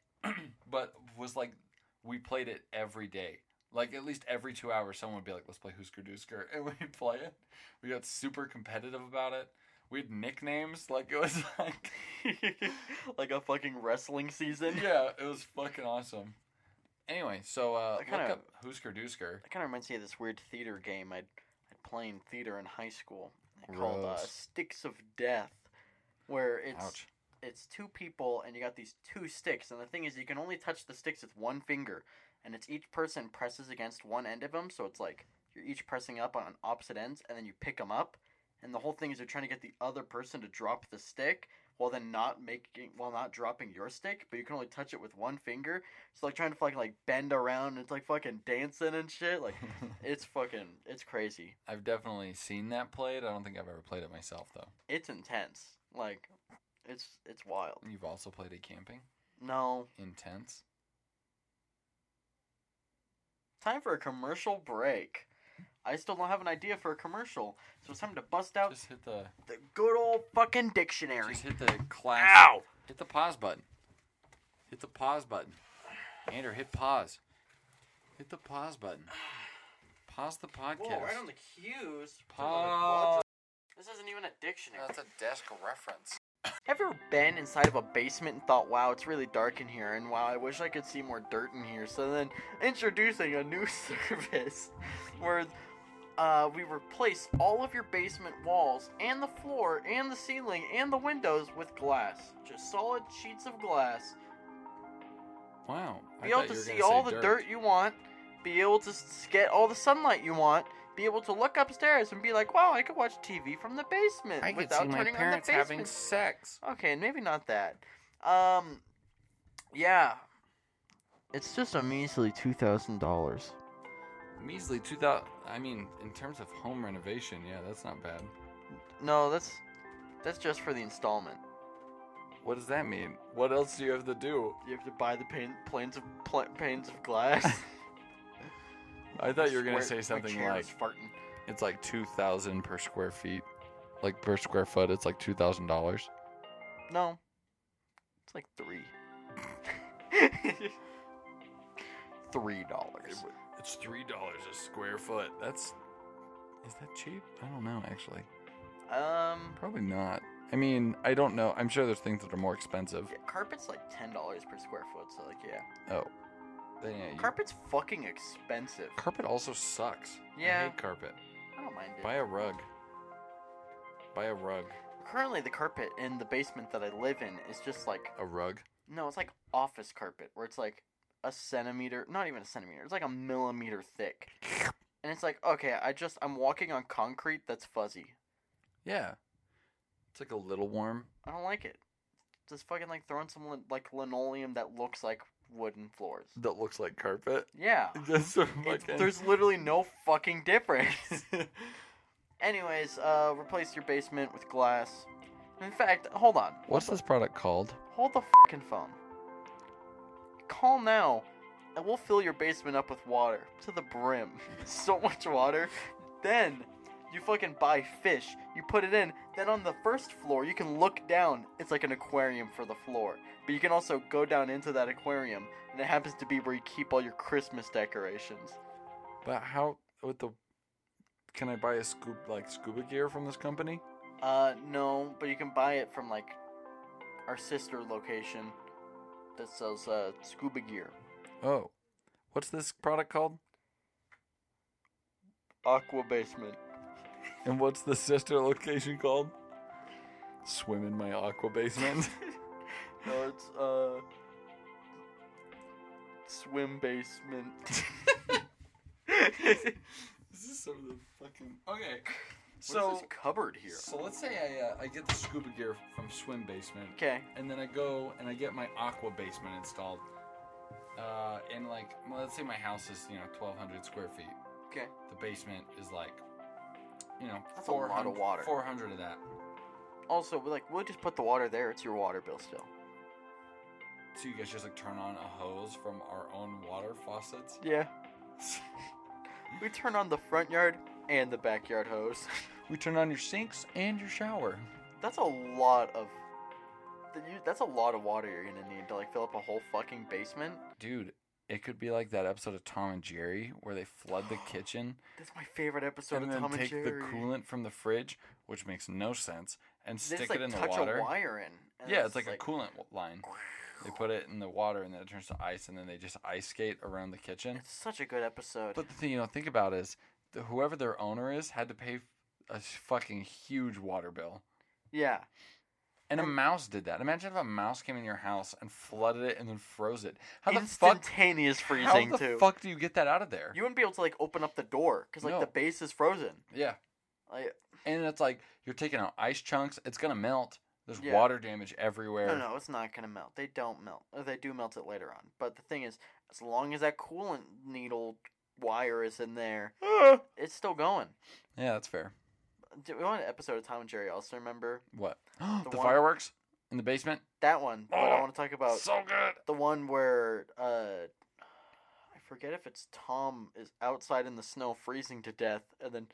S1: but was like we played it every day. Like at least every two hours, someone would be like, "Let's play Hoosker Doosker," *laughs* and we'd play it. We got super competitive about it. We had nicknames. Like it was *laughs* like,
S2: *laughs* like a fucking wrestling season.
S1: yeah, it was fucking awesome. Anyway, so uh,
S2: I kinda-
S1: look up Hoosker Doosker.
S2: That kind of reminds me of this weird theater game I'd I'd play in theater in high school called uh,
S1: Gross.
S2: Sticks of Death, where it's *laughs*
S1: Ouch. *laughs*
S2: it's two people and you got these two sticks and the thing is you can only touch the sticks with one finger and it's each person presses against one end of them so it's like you're each pressing up on opposite ends and then you pick them up and the whole thing is you're trying to get the other person to drop the stick while then not making while not dropping your stick but you can only touch it with one finger so like trying to fucking like bend around and it's like fucking dancing and
S1: *laughs*
S2: shit like it's fucking it's crazy
S1: I've definitely seen that played. I don't think I've ever played it myself though.
S2: it's intense like it's it's wild
S1: You've also played it camping.
S2: no
S1: Intense.
S2: Time for a commercial break. I still don't have an idea for a commercial, so it's time to bust out
S1: Just hit the
S2: the good old fucking dictionary.
S1: just hit the class.
S2: Ow!
S1: Hit the pause button. Hit the pause button. Andrew, hit pause. Hit the pause button. Pause the podcast.
S2: Whoa, right on the cues.
S1: pause.
S2: This isn't even a dictionary.
S1: That's a desk reference.
S2: Ever been inside of a basement and thought, wow, it's really dark in here, and wow, I wish I could see more dirt in here? So then introducing a new *laughs* service where uh, we replace all of your basement walls and the floor and the ceiling and the windows with glass. Just solid sheets of glass.
S1: Wow. I
S2: Be able
S1: thought
S2: to
S1: you were
S2: see
S1: gonna
S2: all
S1: say
S2: the dirt. you want. Be able to s- get all the sunlight you want. Be able to look upstairs and be like, wow, I could watch TV from the basement without turning on the basement
S1: sex.
S2: Okay, maybe not that. Um, yeah, it's just a measly two thousand dollars.
S1: Measly 2000. I mean, in terms of home renovation, yeah, that's not bad.
S2: No, that's that's just for the installment.
S1: What does that mean? What else do you have to do?
S2: You have to buy the pane, planes of pl- panes of *laughs* glass.
S1: I thought you were going to
S2: Swear,
S1: say something
S2: my chair
S1: like
S2: is farting.
S1: it's like 2000 per square feet. Like per square foot, it's like $2,000.
S2: No, it's like three. *laughs* three dollars.
S1: It's three dollars a square foot. That's is that cheap? I don't know actually.
S2: Um,
S1: Probably not. I mean, I don't know. I'm sure there's things that are more expensive.
S2: yeah, carpet's like ten dollars per square foot. So like, yeah,
S1: Oh, Then, yeah, you-
S2: carpet's fucking expensive.
S1: carpet also sucks. I
S2: Yeah.
S1: hate carpet.
S2: I don't mind it.
S1: Buy a rug. Buy a rug.
S2: Currently, the carpet in the basement that I live in is just like
S1: A rug.
S2: no, it's like office carpet where it's like a centimeter, not even a centimeter, it's like a millimeter thick, and it's like okay, I just I'm walking on concrete that's fuzzy.
S1: Yeah, it's like a little warm.
S2: I don't like it. Just fucking like throwing some lin- like linoleum that looks like wooden floors.
S1: That looks like carpet. *laughs*
S2: Yeah,
S1: That's so
S2: It's-
S1: fucking.
S2: there's literally no fucking difference. Anyways, uh, replace your basement with glass. In fact, hold on.
S1: What's this product called?
S2: Hold the fucking phone. Call now, and we'll fill your basement up with water to the brim. *laughs* so much water. Then you fucking buy fish. You put it in. Then on the first floor, you can look down. It's like an aquarium for the floor. But you can also go down into that aquarium, and it happens to be where you keep all your Christmas decorations.
S1: But how with the? Can I buy a scoop like scuba gear from this company?
S2: Uh, no, but you can buy it from like our sister location that sells uh scuba gear.
S1: Oh, what's this product called?
S2: Aqua basement.
S1: And what's the sister location called? Swim in my aqua *laughs* basement.
S2: No, it's uh swim
S1: *laughs*
S2: basement.
S1: this is some of the fucking okay.
S2: so
S1: So
S2: cupboard here.
S1: so let's say I uh, I get the scuba gear from swim basement,
S2: Okay.
S1: and then I go and I get my aqua basement installed. Uh, in like well, let's say my house is you know 1,200 square feet.
S2: Okay.
S1: The basement is like you know
S2: That's a lot of
S1: 400
S2: water.
S1: 400 of that.
S2: Also, we like we'll just put the water there. It's your water bill still.
S1: So you guys just like turn on a hose from our own water faucets. *laughs*
S2: Yeah. we turn on the front yard and the backyard hose. *laughs*
S1: We turn on your sinks and your shower.
S2: That's a lot of. th- you- That's a lot of water you're gonna need to like fill up a whole fucking basement.
S1: Dude, It could be like that episode of Tom and Jerry where they flood
S2: *gasps*
S1: the kitchen
S2: That's my favorite episode
S1: and
S2: of
S1: then
S2: Tom and
S1: take
S2: Jerry.
S1: the coolant from the fridge, which makes no sense, and
S2: They
S1: stick
S2: just, like,
S1: it in the
S2: touch
S1: water.
S2: a wire in. and
S1: Yeah,
S2: then
S1: it's like, a coolant w- line. They put it in the water and then it turns to ice, and then they just ice skate around the kitchen.
S2: It's such a good episode.
S1: But the thing you don't think about is the, whoever their owner is had to pay a s- fucking huge water bill.
S2: yeah,
S1: And a mouse did that. Imagine if a mouse came in your house and flooded it and then froze it. How the fuck?
S2: instantaneous
S1: How
S2: freezing
S1: the
S2: too.
S1: fuck do you get that out of there?
S2: You wouldn't be able to like open up the door because like
S1: No.
S2: the base is frozen.
S1: yeah,
S2: Like
S1: and it's like you're taking out ice chunks. It's gonna melt. There's
S2: Yeah.
S1: water damage everywhere.
S2: no, no, it's not gonna melt. They don't melt. Uh, They do melt it later on. But the thing is, as long as that coolant needle wire is in there,
S1: Ah.
S2: it's still going.
S1: Yeah, that's fair.
S2: Do we want an episode of Tom and Jerry? Also, remember
S1: What? *gasps* the
S2: one-
S1: fireworks in the basement.
S2: that one? But I
S1: Oh,
S2: want to talk about
S1: so good.
S2: the one where uh, I forget if it's Tom is outside in the snow freezing to death, and then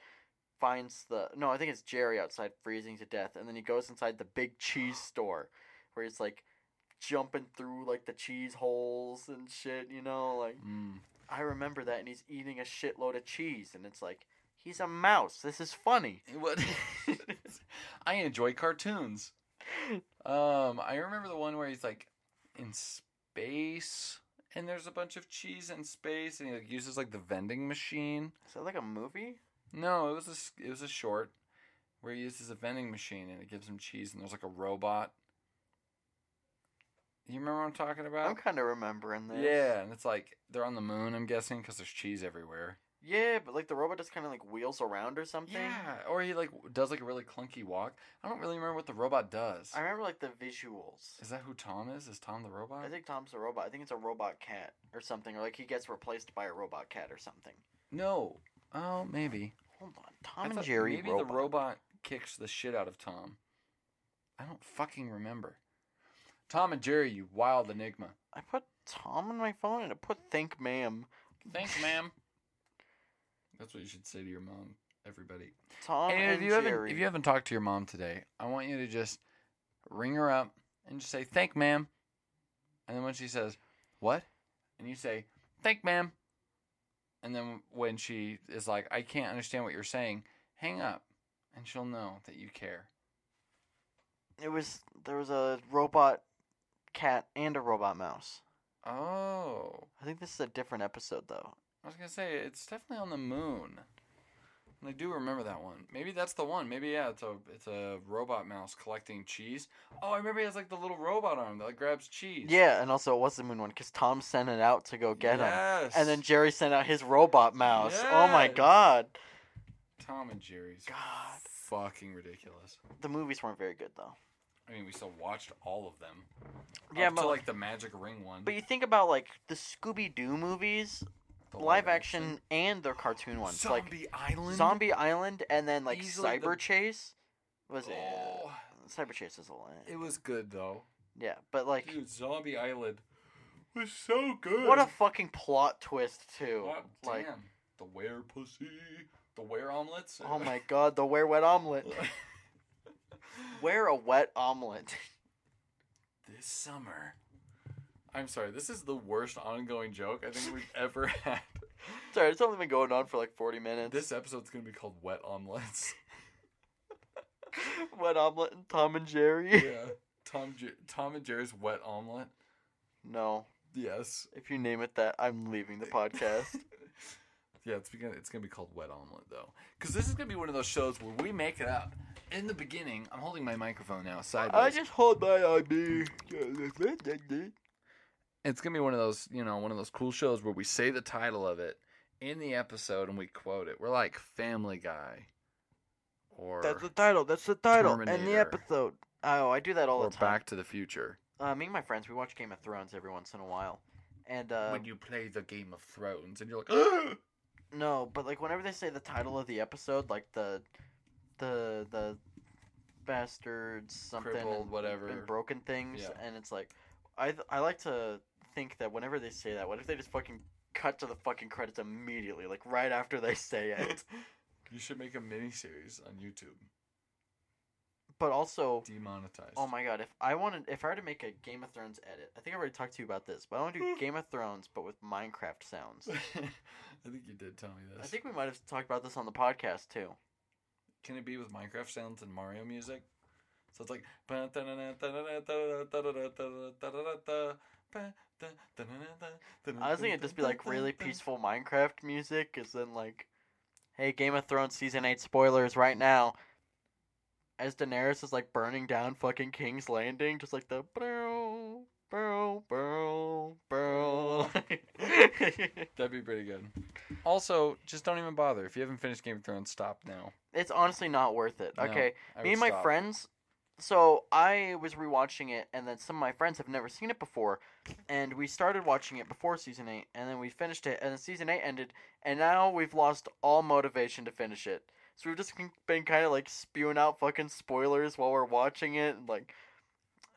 S2: finds the no, I think it's Jerry outside freezing to death, and then he goes inside the big cheese *gasps* store where he's like jumping through like the cheese holes and shit. You know, like
S1: Mm.
S2: I remember that, and he's eating a shitload of cheese, and it's like he's a mouse. This is funny.
S1: *laughs* What? I enjoy cartoons. Um, I remember the one where he's like in space, and there's a bunch of cheese in space, and he like uses like the vending machine.
S2: Is that like a movie?
S1: No, it was a s- it was a short where he uses a vending machine and it gives him cheese, and there's like a robot. You remember what I'm talking
S2: I'm
S1: about?
S2: kind of remembering this.
S1: Yeah, and it's like they're on the moon. I'm guessing because there's cheese everywhere.
S2: Yeah, but like the robot just kind of like wheels around or something.
S1: Yeah, or he like w- does like a really clunky walk. I don't really remember what the robot does.
S2: I remember like the visuals.
S1: Is that who Tom is? Is Tom the robot?
S2: I think Tom's a robot. I think it's a robot cat or something, or like he gets replaced by a robot cat or something.
S1: no. Oh, maybe.
S2: Hold on,
S1: I
S2: Tom and
S1: thought
S2: Jerry
S1: Maybe
S2: robot.
S1: the robot kicks the shit out of Tom. I don't fucking remember. Tom and Jerry, you wild enigma.
S2: I put Tom on my phone and I put Think Ma'am.
S1: Thanks, ma'am. That's what you should say to your mom, everybody.
S2: Tom
S1: And if
S2: and
S1: you haven't
S2: Jerry.
S1: if you haven't talked to your mom today, I want you to just ring her up and just say thank ma'am, and then when she says what, and you say thank ma'am, and then when she is like I can't understand what you're saying, hang up, and she'll know that you care.
S2: It was there was a robot cat and a robot mouse.
S1: Oh,
S2: I think this is a different episode though.
S1: I was gonna say it's definitely on the moon. And I do remember that one. Maybe that's the one. Maybe yeah, it's a it's a robot mouse collecting cheese. Oh, I remember he has like the little robot arm that like, grabs cheese.
S2: Yeah, and also it was the moon one because Tom sent it out to go get him,
S1: yes.
S2: and then Jerry sent out his robot mouse. Oh my
S1: Yes.
S2: god!
S1: Tom and Jerry's
S2: God.
S1: fucking ridiculous.
S2: The movies weren't very good though.
S1: I mean, we still watched all of them.
S2: Yeah,
S1: Up to,
S2: but-
S1: like the Magic Ring one.
S2: But you think about like the Scooby Doo movies,
S1: The
S2: live action, and their cartoon ones,
S1: Zombie
S2: like
S1: Island.
S2: Zombie Island, and then like
S1: Easily the-
S2: Cyber Chase. Was it
S1: Oh,
S2: Cyber Chase? Is a lot.
S1: it was good though.
S2: Yeah, but like,
S1: Dude, Zombie Island was so good.
S2: what a fucking plot twist too.
S1: God
S2: like,
S1: damn. The were pussy. The were omelets.
S2: oh my god, the wear wet omelet. wear a wet omelet.
S1: *laughs*
S2: *laughs*
S1: this summer. I'm sorry. This is the worst ongoing joke I think we've ever *laughs* had.
S2: Sorry, it's only been going on for like forty minutes.
S1: This episode's gonna be called Wet Omelets.
S2: *laughs* wet omelet and Tom and Jerry.
S1: yeah. *laughs* Tom Jer- Tom and Jerry's wet omelet.
S2: no,
S1: Yes.
S2: if you name it that, I'm leaving the podcast.
S1: *laughs* Yeah, it's gonna it's gonna be called wet omelet though, because this is gonna be one of those shows where we make it up. In the beginning, I'm holding my microphone now sideways.
S2: I just hold my ID.
S1: It's gonna be one of those you know one of those cool shows where we say the title of it in the episode and we quote it. We're like Family Guy, or
S2: That's the title. That's the title. And the
S1: Terminator.
S2: episode. Oh, I do that all
S1: or
S2: the time.
S1: Back to the Future.
S2: Uh, me and my friends, we watch Game of Thrones every once in a while. And uh,
S1: when you play the Game of Thrones and you're like, "Ugh!"
S2: no, but like whenever they say the title of the episode, like the the the bastards something
S1: Crippled,
S2: and,
S1: whatever.
S2: and broken things,
S1: Yeah.
S2: and it's like I th- I like to think that whenever they say that, what if they just fucking cut to the fucking credits immediately, like right
S1: *laughs*
S2: after they say it.
S1: you should make a miniseries on YouTube.
S2: but also
S1: Demonetized.
S2: Oh my god, if I wanted if I were to make a Game of Thrones edit, I think I already talked to you about this, but I want to do Game of Thrones but with Minecraft
S1: *laughs*
S2: sounds.
S1: I think you did tell me this.
S2: I think we might have talked about this on the podcast too.
S1: Can it be with Minecraft sounds and Mario music? So it's like. I
S2: I was thinking it'd just be like
S1: *laughs*
S2: really peaceful Minecraft music, is then like, hey, Game of Thrones season eight spoilers right now. As Daenerys is like burning down fucking King's Landing, just like the *laughs* burl, burl, burl, burl.
S1: That'd be pretty good. Also, just don't even bother. If you haven't finished Game of Thrones, stop now.
S2: it's honestly not worth it.
S1: No,
S2: Okay,
S1: I
S2: me
S1: would
S2: and my
S1: stop.
S2: friends. So I was rewatching it, and then some of my friends have never seen it before, and we started watching it before season eight, and then we finished it, and then season eight ended, and now we've lost all motivation to finish it. So we've just been- been kind of like spewing out fucking spoilers while we're watching it, and like,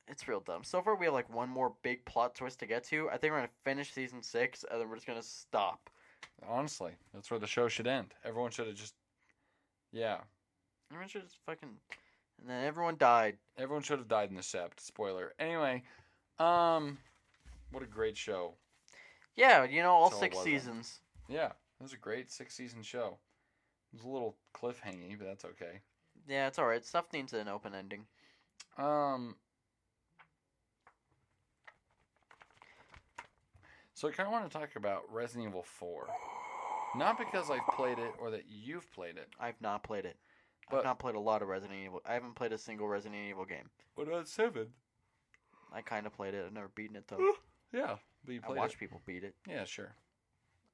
S2: it's real dumb. So far, we have like one more big plot twist to get to. I think we're gonna finish season six, and then we're just gonna stop.
S1: Honestly, that's where the show should end. Everyone should have just. Yeah.
S2: Everyone should just fucking, and then everyone died.
S1: Everyone should have died in the sept. Spoiler. Anyway, um. What a great show.
S2: Yeah, you know, all
S1: So it
S2: six
S1: wasn't.
S2: seasons.
S1: Yeah, it was a great six season show. It was a little cliffhanging, but that's okay.
S2: Yeah, it's alright. Stuff needs an open ending.
S1: Um. So I kind of want to talk about Resident Evil 4. Not because I've played it or that you've played it.
S2: I've not played it.
S1: But-
S2: I've not played a lot of Resident Evil. I haven't played a single Resident Evil game.
S1: What about 7?
S2: I kind of played it. I've never beaten
S1: *laughs*
S2: it though.
S1: Yeah, but you
S2: I
S1: played
S2: watch people beat it.
S1: it. Yeah, sure.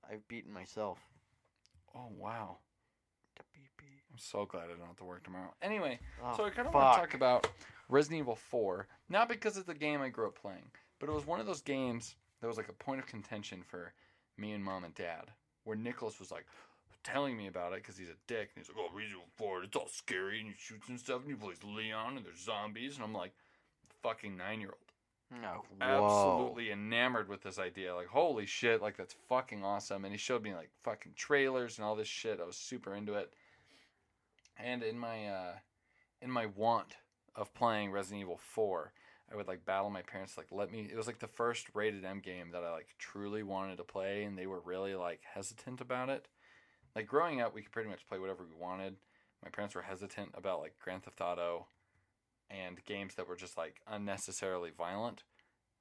S2: I've beaten myself.
S1: Oh, wow.
S2: Da beep beep.
S1: I'm so glad I don't have to work tomorrow. Anyway,
S2: Oh,
S1: so I kind of want
S2: fuck.
S1: to talk about Resident Evil 4, not because it's the game I grew up playing, but it was one of those games that was like a point of contention for me and mom and dad, where Nicholas was like telling me about it because he's a dick, and he's like, "Oh, Resident Evil 4, it's all scary and you shoot and stuff, and you play as Leon and there's zombies," and I'm like, fucking nine year old,
S2: No. Absolutely.
S1: absolutely enamored with this idea, like, holy shit, like that's fucking awesome, and he showed me like fucking trailers and all this shit. I was super into it, and in my uh in my want of playing Resident Evil 4, I would like battle my parents like let me it was like the first rated M game that I like truly wanted to play and they were really like hesitant about it. Like growing up we could pretty much play whatever we wanted. My parents were hesitant about like Grand Theft Auto and games that were just like unnecessarily violent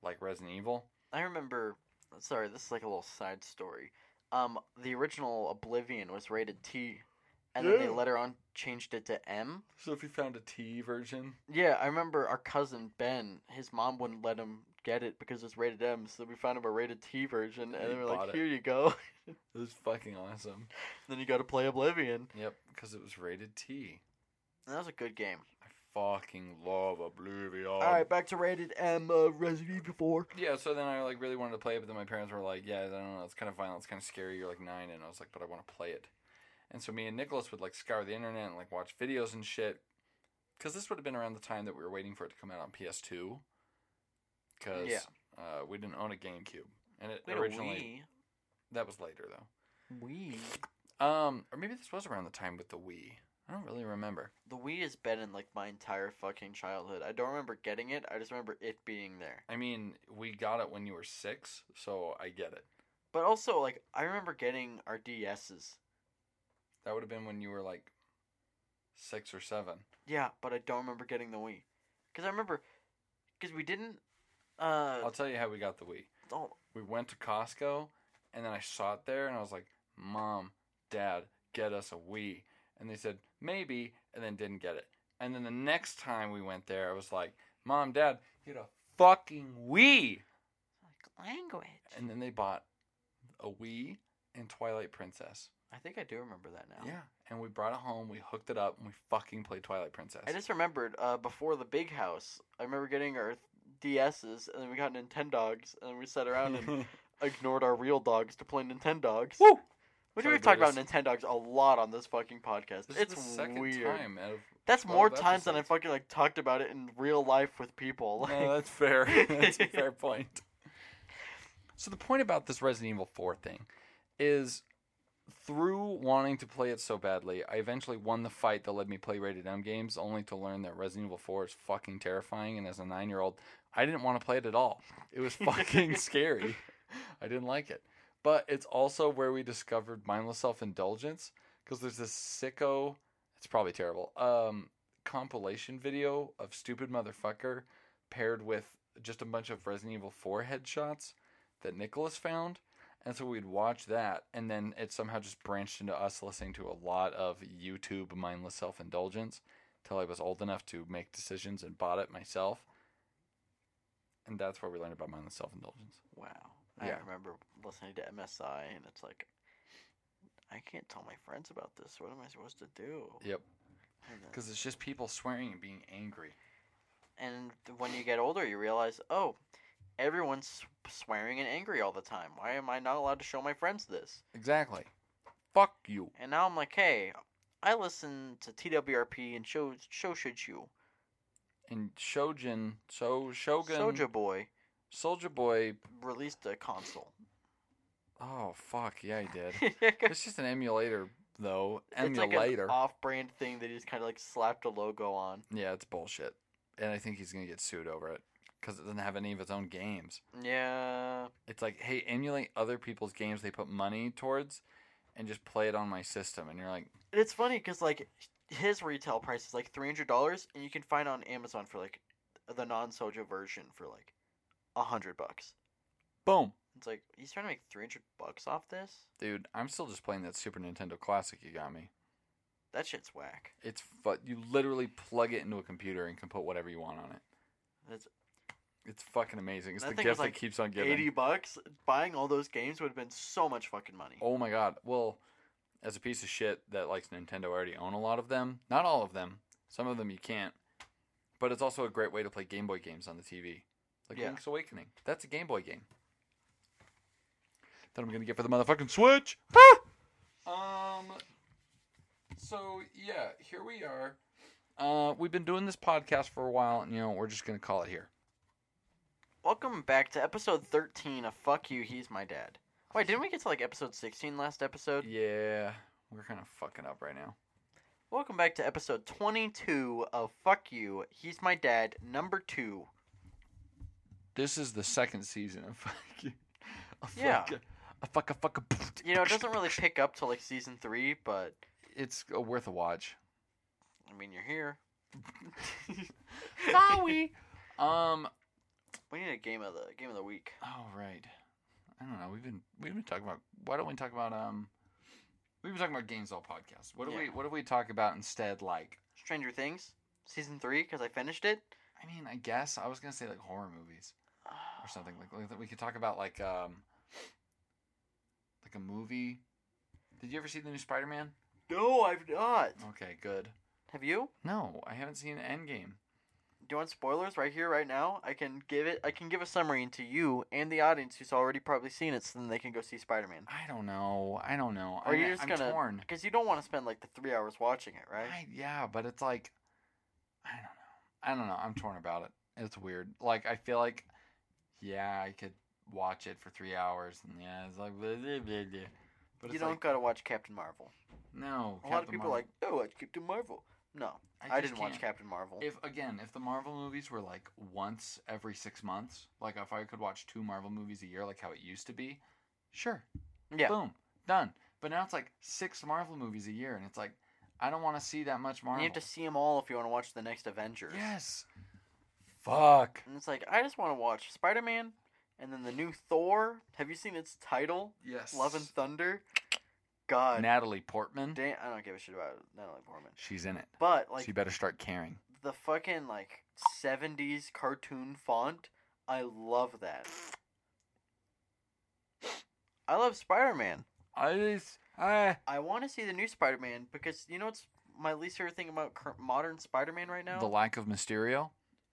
S1: like Resident Evil.
S2: I remember. Sorry, this is like a little side story. Um, the original Oblivion was rated T, and then they
S1: Yeah.
S2: later on changed it to M.
S1: So if you found a T version,
S2: Yeah, I remember our cousin Ben. His mom wouldn't let him get it because it's rated M. So we found him a rated T version,
S1: He
S2: and they were
S1: bought
S2: like,
S1: it.
S2: "Here you go." *laughs*
S1: it was fucking awesome.
S2: then you got to play Oblivion.
S1: Yep, cuz it was rated T.
S2: And that was a good game.
S1: I fucking love Oblivion.
S2: All right, back to rated M. Uh, Resident Evil Four.
S1: Yeah, so then I like really wanted to play it, but then my parents were like, "Yeah, I don't know, it's kind of violent, it's kind of scary." You're like nine, and I was like, "But I want to play it." And so me and Nicholas would like scour the internet and like watch videos and shit, because this would have been around the time that we were waiting for it to come out on PS2, because
S2: Yeah.
S1: uh, we didn't own a GameCube, and it
S2: Wait,
S1: originally that was later though,
S2: a Wii. Wii.
S1: um, or maybe this was around the time with the Wii. I don't really remember.
S2: The Wii has been in like my entire fucking childhood. I don't remember getting it. I just remember it being there.
S1: I mean, we got it when you were six, so I get it.
S2: But also, like, I remember getting our DSs.
S1: That would have been when you were like six or seven.
S2: Yeah, but I don't remember getting the Wii. Cause I remember, cause we didn't. Uh,
S1: I'll tell you how we got the Wii.
S2: oh,
S1: We went to Costco, and then I saw it there, and I was like, "Mom, Dad, get us a Wii." And they said maybe, and then didn't get it. And then the next time we went there, I was like, "Mom, Dad, get a fucking Wii."
S2: like language.
S1: And then they bought a Wii and Twilight Princess.
S2: I think I do remember that now.
S1: Yeah. And we brought it home. We hooked it up, and we fucking played Twilight Princess.
S2: I just remembered uh, before the big house. I remember getting our DSs, and then we got Nintendogs, and then we sat *laughs*
S1: *laughs*
S2: around and ignored our real dogs to play Nintendogs.
S1: Woo!
S2: Which
S1: Sorry,
S2: we've talked about
S1: Brutus.
S2: Nintendogs a lot on this fucking podcast.
S1: This
S2: it's
S1: is the second
S2: weird.
S1: time out of
S2: That's more
S1: 12
S2: times than I
S1: episodes.
S2: fucking like talked about it in real life with people. Like,
S1: *laughs* No, that's fair. that's a fair point. So the point about this Resident Evil 4 thing is Through wanting to play it so badly, I eventually won the fight that led me play rated M games, only to learn that Resident Evil 4 is fucking terrifying. And as a nine year old, I didn't want to play it at all. It was fucking scary. I didn't like it. But it's also where we discovered mindless self indulgence because there's this sicko. It's probably terrible. Um, compilation video of stupid motherfucker paired with just a bunch of Resident Evil 4 headshots that Nicholas found. And so we'd watch that, and then it somehow just branched into us listening to a lot of YouTube mindless self indulgence till I was old enough to make decisions and bought it myself. And that's where we learned about mindless self indulgence.
S2: Wow. I
S1: Yeah.
S2: remember listening to MSI, and it's like, I can't tell my friends about this. What am I supposed to do?
S1: Yep.
S2: And then-
S1: Because it's just people swearing and being angry.
S2: And th- when you get older, you realize, oh, everyone's s- swearing and angry all the time. Why am I not allowed to show my friends this?
S1: Exactly. Fuck you.
S2: And now I'm like, hey, I listen to TWRP and show show should you
S1: And Shojin, so Shogun,
S2: Soja Boy
S1: Soldier Boy.
S2: released a console.
S1: Oh fuck, yeah, he *laughs* did.
S2: *laughs* it's
S1: it's just an emulator though.
S2: like an
S1: Emulator.
S2: off-brand thing that he's kind of like slapped a logo on.
S1: yeah, it's bullshit. And I think he's gonna get sued over it because it doesn't have any of its own games.
S2: Yeah,
S1: It's like, hey, emulate other people's games they put money towards, and just play it on my system. And you're like,
S2: And it's funny because like his retail price is like three hundred dollars, and you can find it on Amazon for like the non-Soja version for like a hundred bucks.
S1: boom,
S2: It's like he's trying to make three hundred bucks off this.
S1: dude, I'm still just playing that Super Nintendo Classic you got me.
S2: That shit's whack.
S1: It's fu- you literally plug it into a computer and can put whatever you want on it.
S2: That's
S1: It's fucking amazing. It's
S2: That
S1: the
S2: thing was
S1: gift
S2: like
S1: that keeps on giving.
S2: eighty bucks. Buying all those games would have been so much fucking money.
S1: Oh my god. Well, as a piece of shit that likes Nintendo, I already own a lot of them. Not all of them. Some of them you can't. But it's also a great way to play Game Boy games on the TV. Like
S2: Yeah.
S1: Link's Awakening. That's a Game Boy game. That I'm gonna get for the motherfucking Switch. *laughs* Ah! Um. So yeah, here we are. Uh, we've been doing this podcast for a while, and you know we're just gonna call it here.
S2: Welcome back to episode thirteen of Fuck You, He's My Dad. Wait, didn't we get to like episode sixteen last episode?
S1: Yeah, we're kind of fucking up right now.
S2: Welcome back to episode twenty-two of Fuck You, He's My Dad, number two.
S1: This is the second season of *laughs* fuck you. A
S2: Yeah.
S1: fuck- A fuck a fuck a.
S2: You know, it doesn't really pick up till like season three, but
S1: It's uh, worth a
S2: *laughs*
S1: watch.
S2: I mean, you're here.
S1: Sorry. *laughs* um.
S2: *laughs* We need a game of the game of the week.
S1: All right. I don't know. We've been we've been talking about. Why don't we talk about um? We've been talking about games all podcast. What do we
S2: Yeah.
S1: What do we talk about instead? Like,
S2: Stranger Things season three because I finished it.
S1: I mean, I guess I was gonna say like horror movies
S2: *sighs*
S1: or something like, like that. We could talk about like um. Like a movie. Did you ever see the new Spider Man?
S2: No, I've not.
S1: Okay, good.
S2: Have you?
S1: No, I haven't seen Endgame.
S2: Do you want spoilers right here, right now? I can give it. I can give a summary to you and the audience who's already probably seen it, so then they can go see Spider Man.
S1: I don't know. I don't know.
S2: Are
S1: I'm,
S2: you just
S1: I'm
S2: gonna-
S1: torn.
S2: Because you don't want to spend like the three hours watching it, right?
S1: I, yeah, but it's like I don't know. I don't know. I'm torn about it. It's weird. Like I feel like yeah, I could watch it for three hours and yeah, it's like blah, blah, blah, blah. but
S2: you
S1: it's
S2: don't
S1: like,
S2: gotta watch Captain Marvel.
S1: no.
S2: a lot of
S1: Captain
S2: people are like,
S1: Marvel.
S2: oh, watch Captain Marvel. No, I,
S1: just
S2: didn't watch
S1: can't.
S2: Captain Marvel.
S1: If again, if the Marvel movies were like once every six months, like if I could watch two Marvel movies a year, like how it used to be, sure,
S2: yeah,
S1: boom, done. But now it's like six Marvel movies a year, and it's like I don't want to see that much
S2: you
S1: Marvel.
S2: have to see them all if you want to watch the next Avengers.
S1: Yes. Fuck.
S2: And it's like, I just want to watch Spider Man and then the new Thor. Have you seen its title?
S1: Yes.
S2: Love and Thunder? God.
S1: Natalie Portman.
S2: damn, I don't give a shit about Natalie Portman.
S1: She's in it.
S2: But, like,
S1: so you better start caring.
S2: the fucking, like, 70s cartoon font, I love that. I love Spider Man.
S1: I just, I,
S2: I want to see the new Spider Man because, you know, what's my least favorite thing about cur- modern Spider Man right now?
S1: the lack of Mysterio.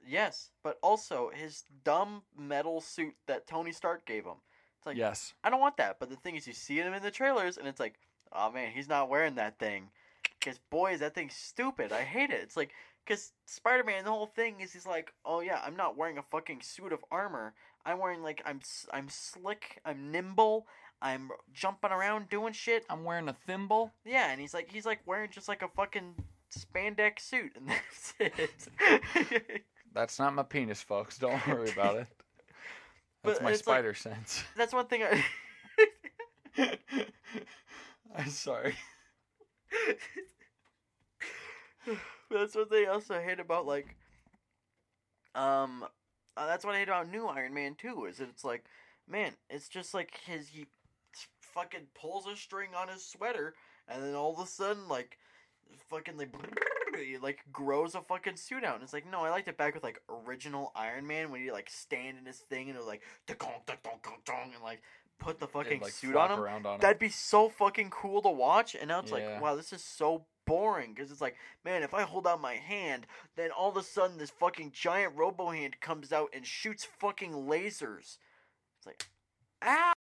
S2: yes, but also his dumb metal suit that Tony Stark gave him. It's like,
S1: yes.
S2: I don't want that. But the thing is, you see him in the trailers, and it's like, oh man, he's not wearing that thing. Because boy, is that thing stupid. I hate it. It's like, because Spider Man, the whole thing is he's like, oh yeah, I'm not wearing a fucking suit of armor. I'm wearing like I'm s- I'm slick. I'm nimble. I'm jumping around doing shit.
S1: I'm wearing a thimble.
S2: Yeah, and he's like he's like wearing just like a fucking spandex suit and *laughs* that's it. *laughs*
S1: That's not my penis, folks. Don't worry about it. That's
S2: But
S1: my
S2: it's like-
S1: spider sense. *laughs*
S2: that's one thing I *laughs*
S1: I'm sorry.
S2: that's one thing I also hate about like um uh, that's what I hate about new Iron Man too is that it's like man it's just like his he fucking pulls a string on his sweater and then all of a sudden like fucking like *laughs* he, like grows a fucking suit out and it's like no I liked it back with like original Iron Man when he like stand in his thing and it was like dong dong dong dong and like put the fucking
S1: It'd, like,
S2: suit
S1: flop
S2: on him
S1: Around on him.
S2: That'd be so fucking cool to watch. And now it's
S1: Yeah.
S2: like, wow, this is so boring. Because it's like, man, if I hold out my hand, then all of a sudden this fucking giant robo hand comes out and shoots fucking lasers. It's like, ow!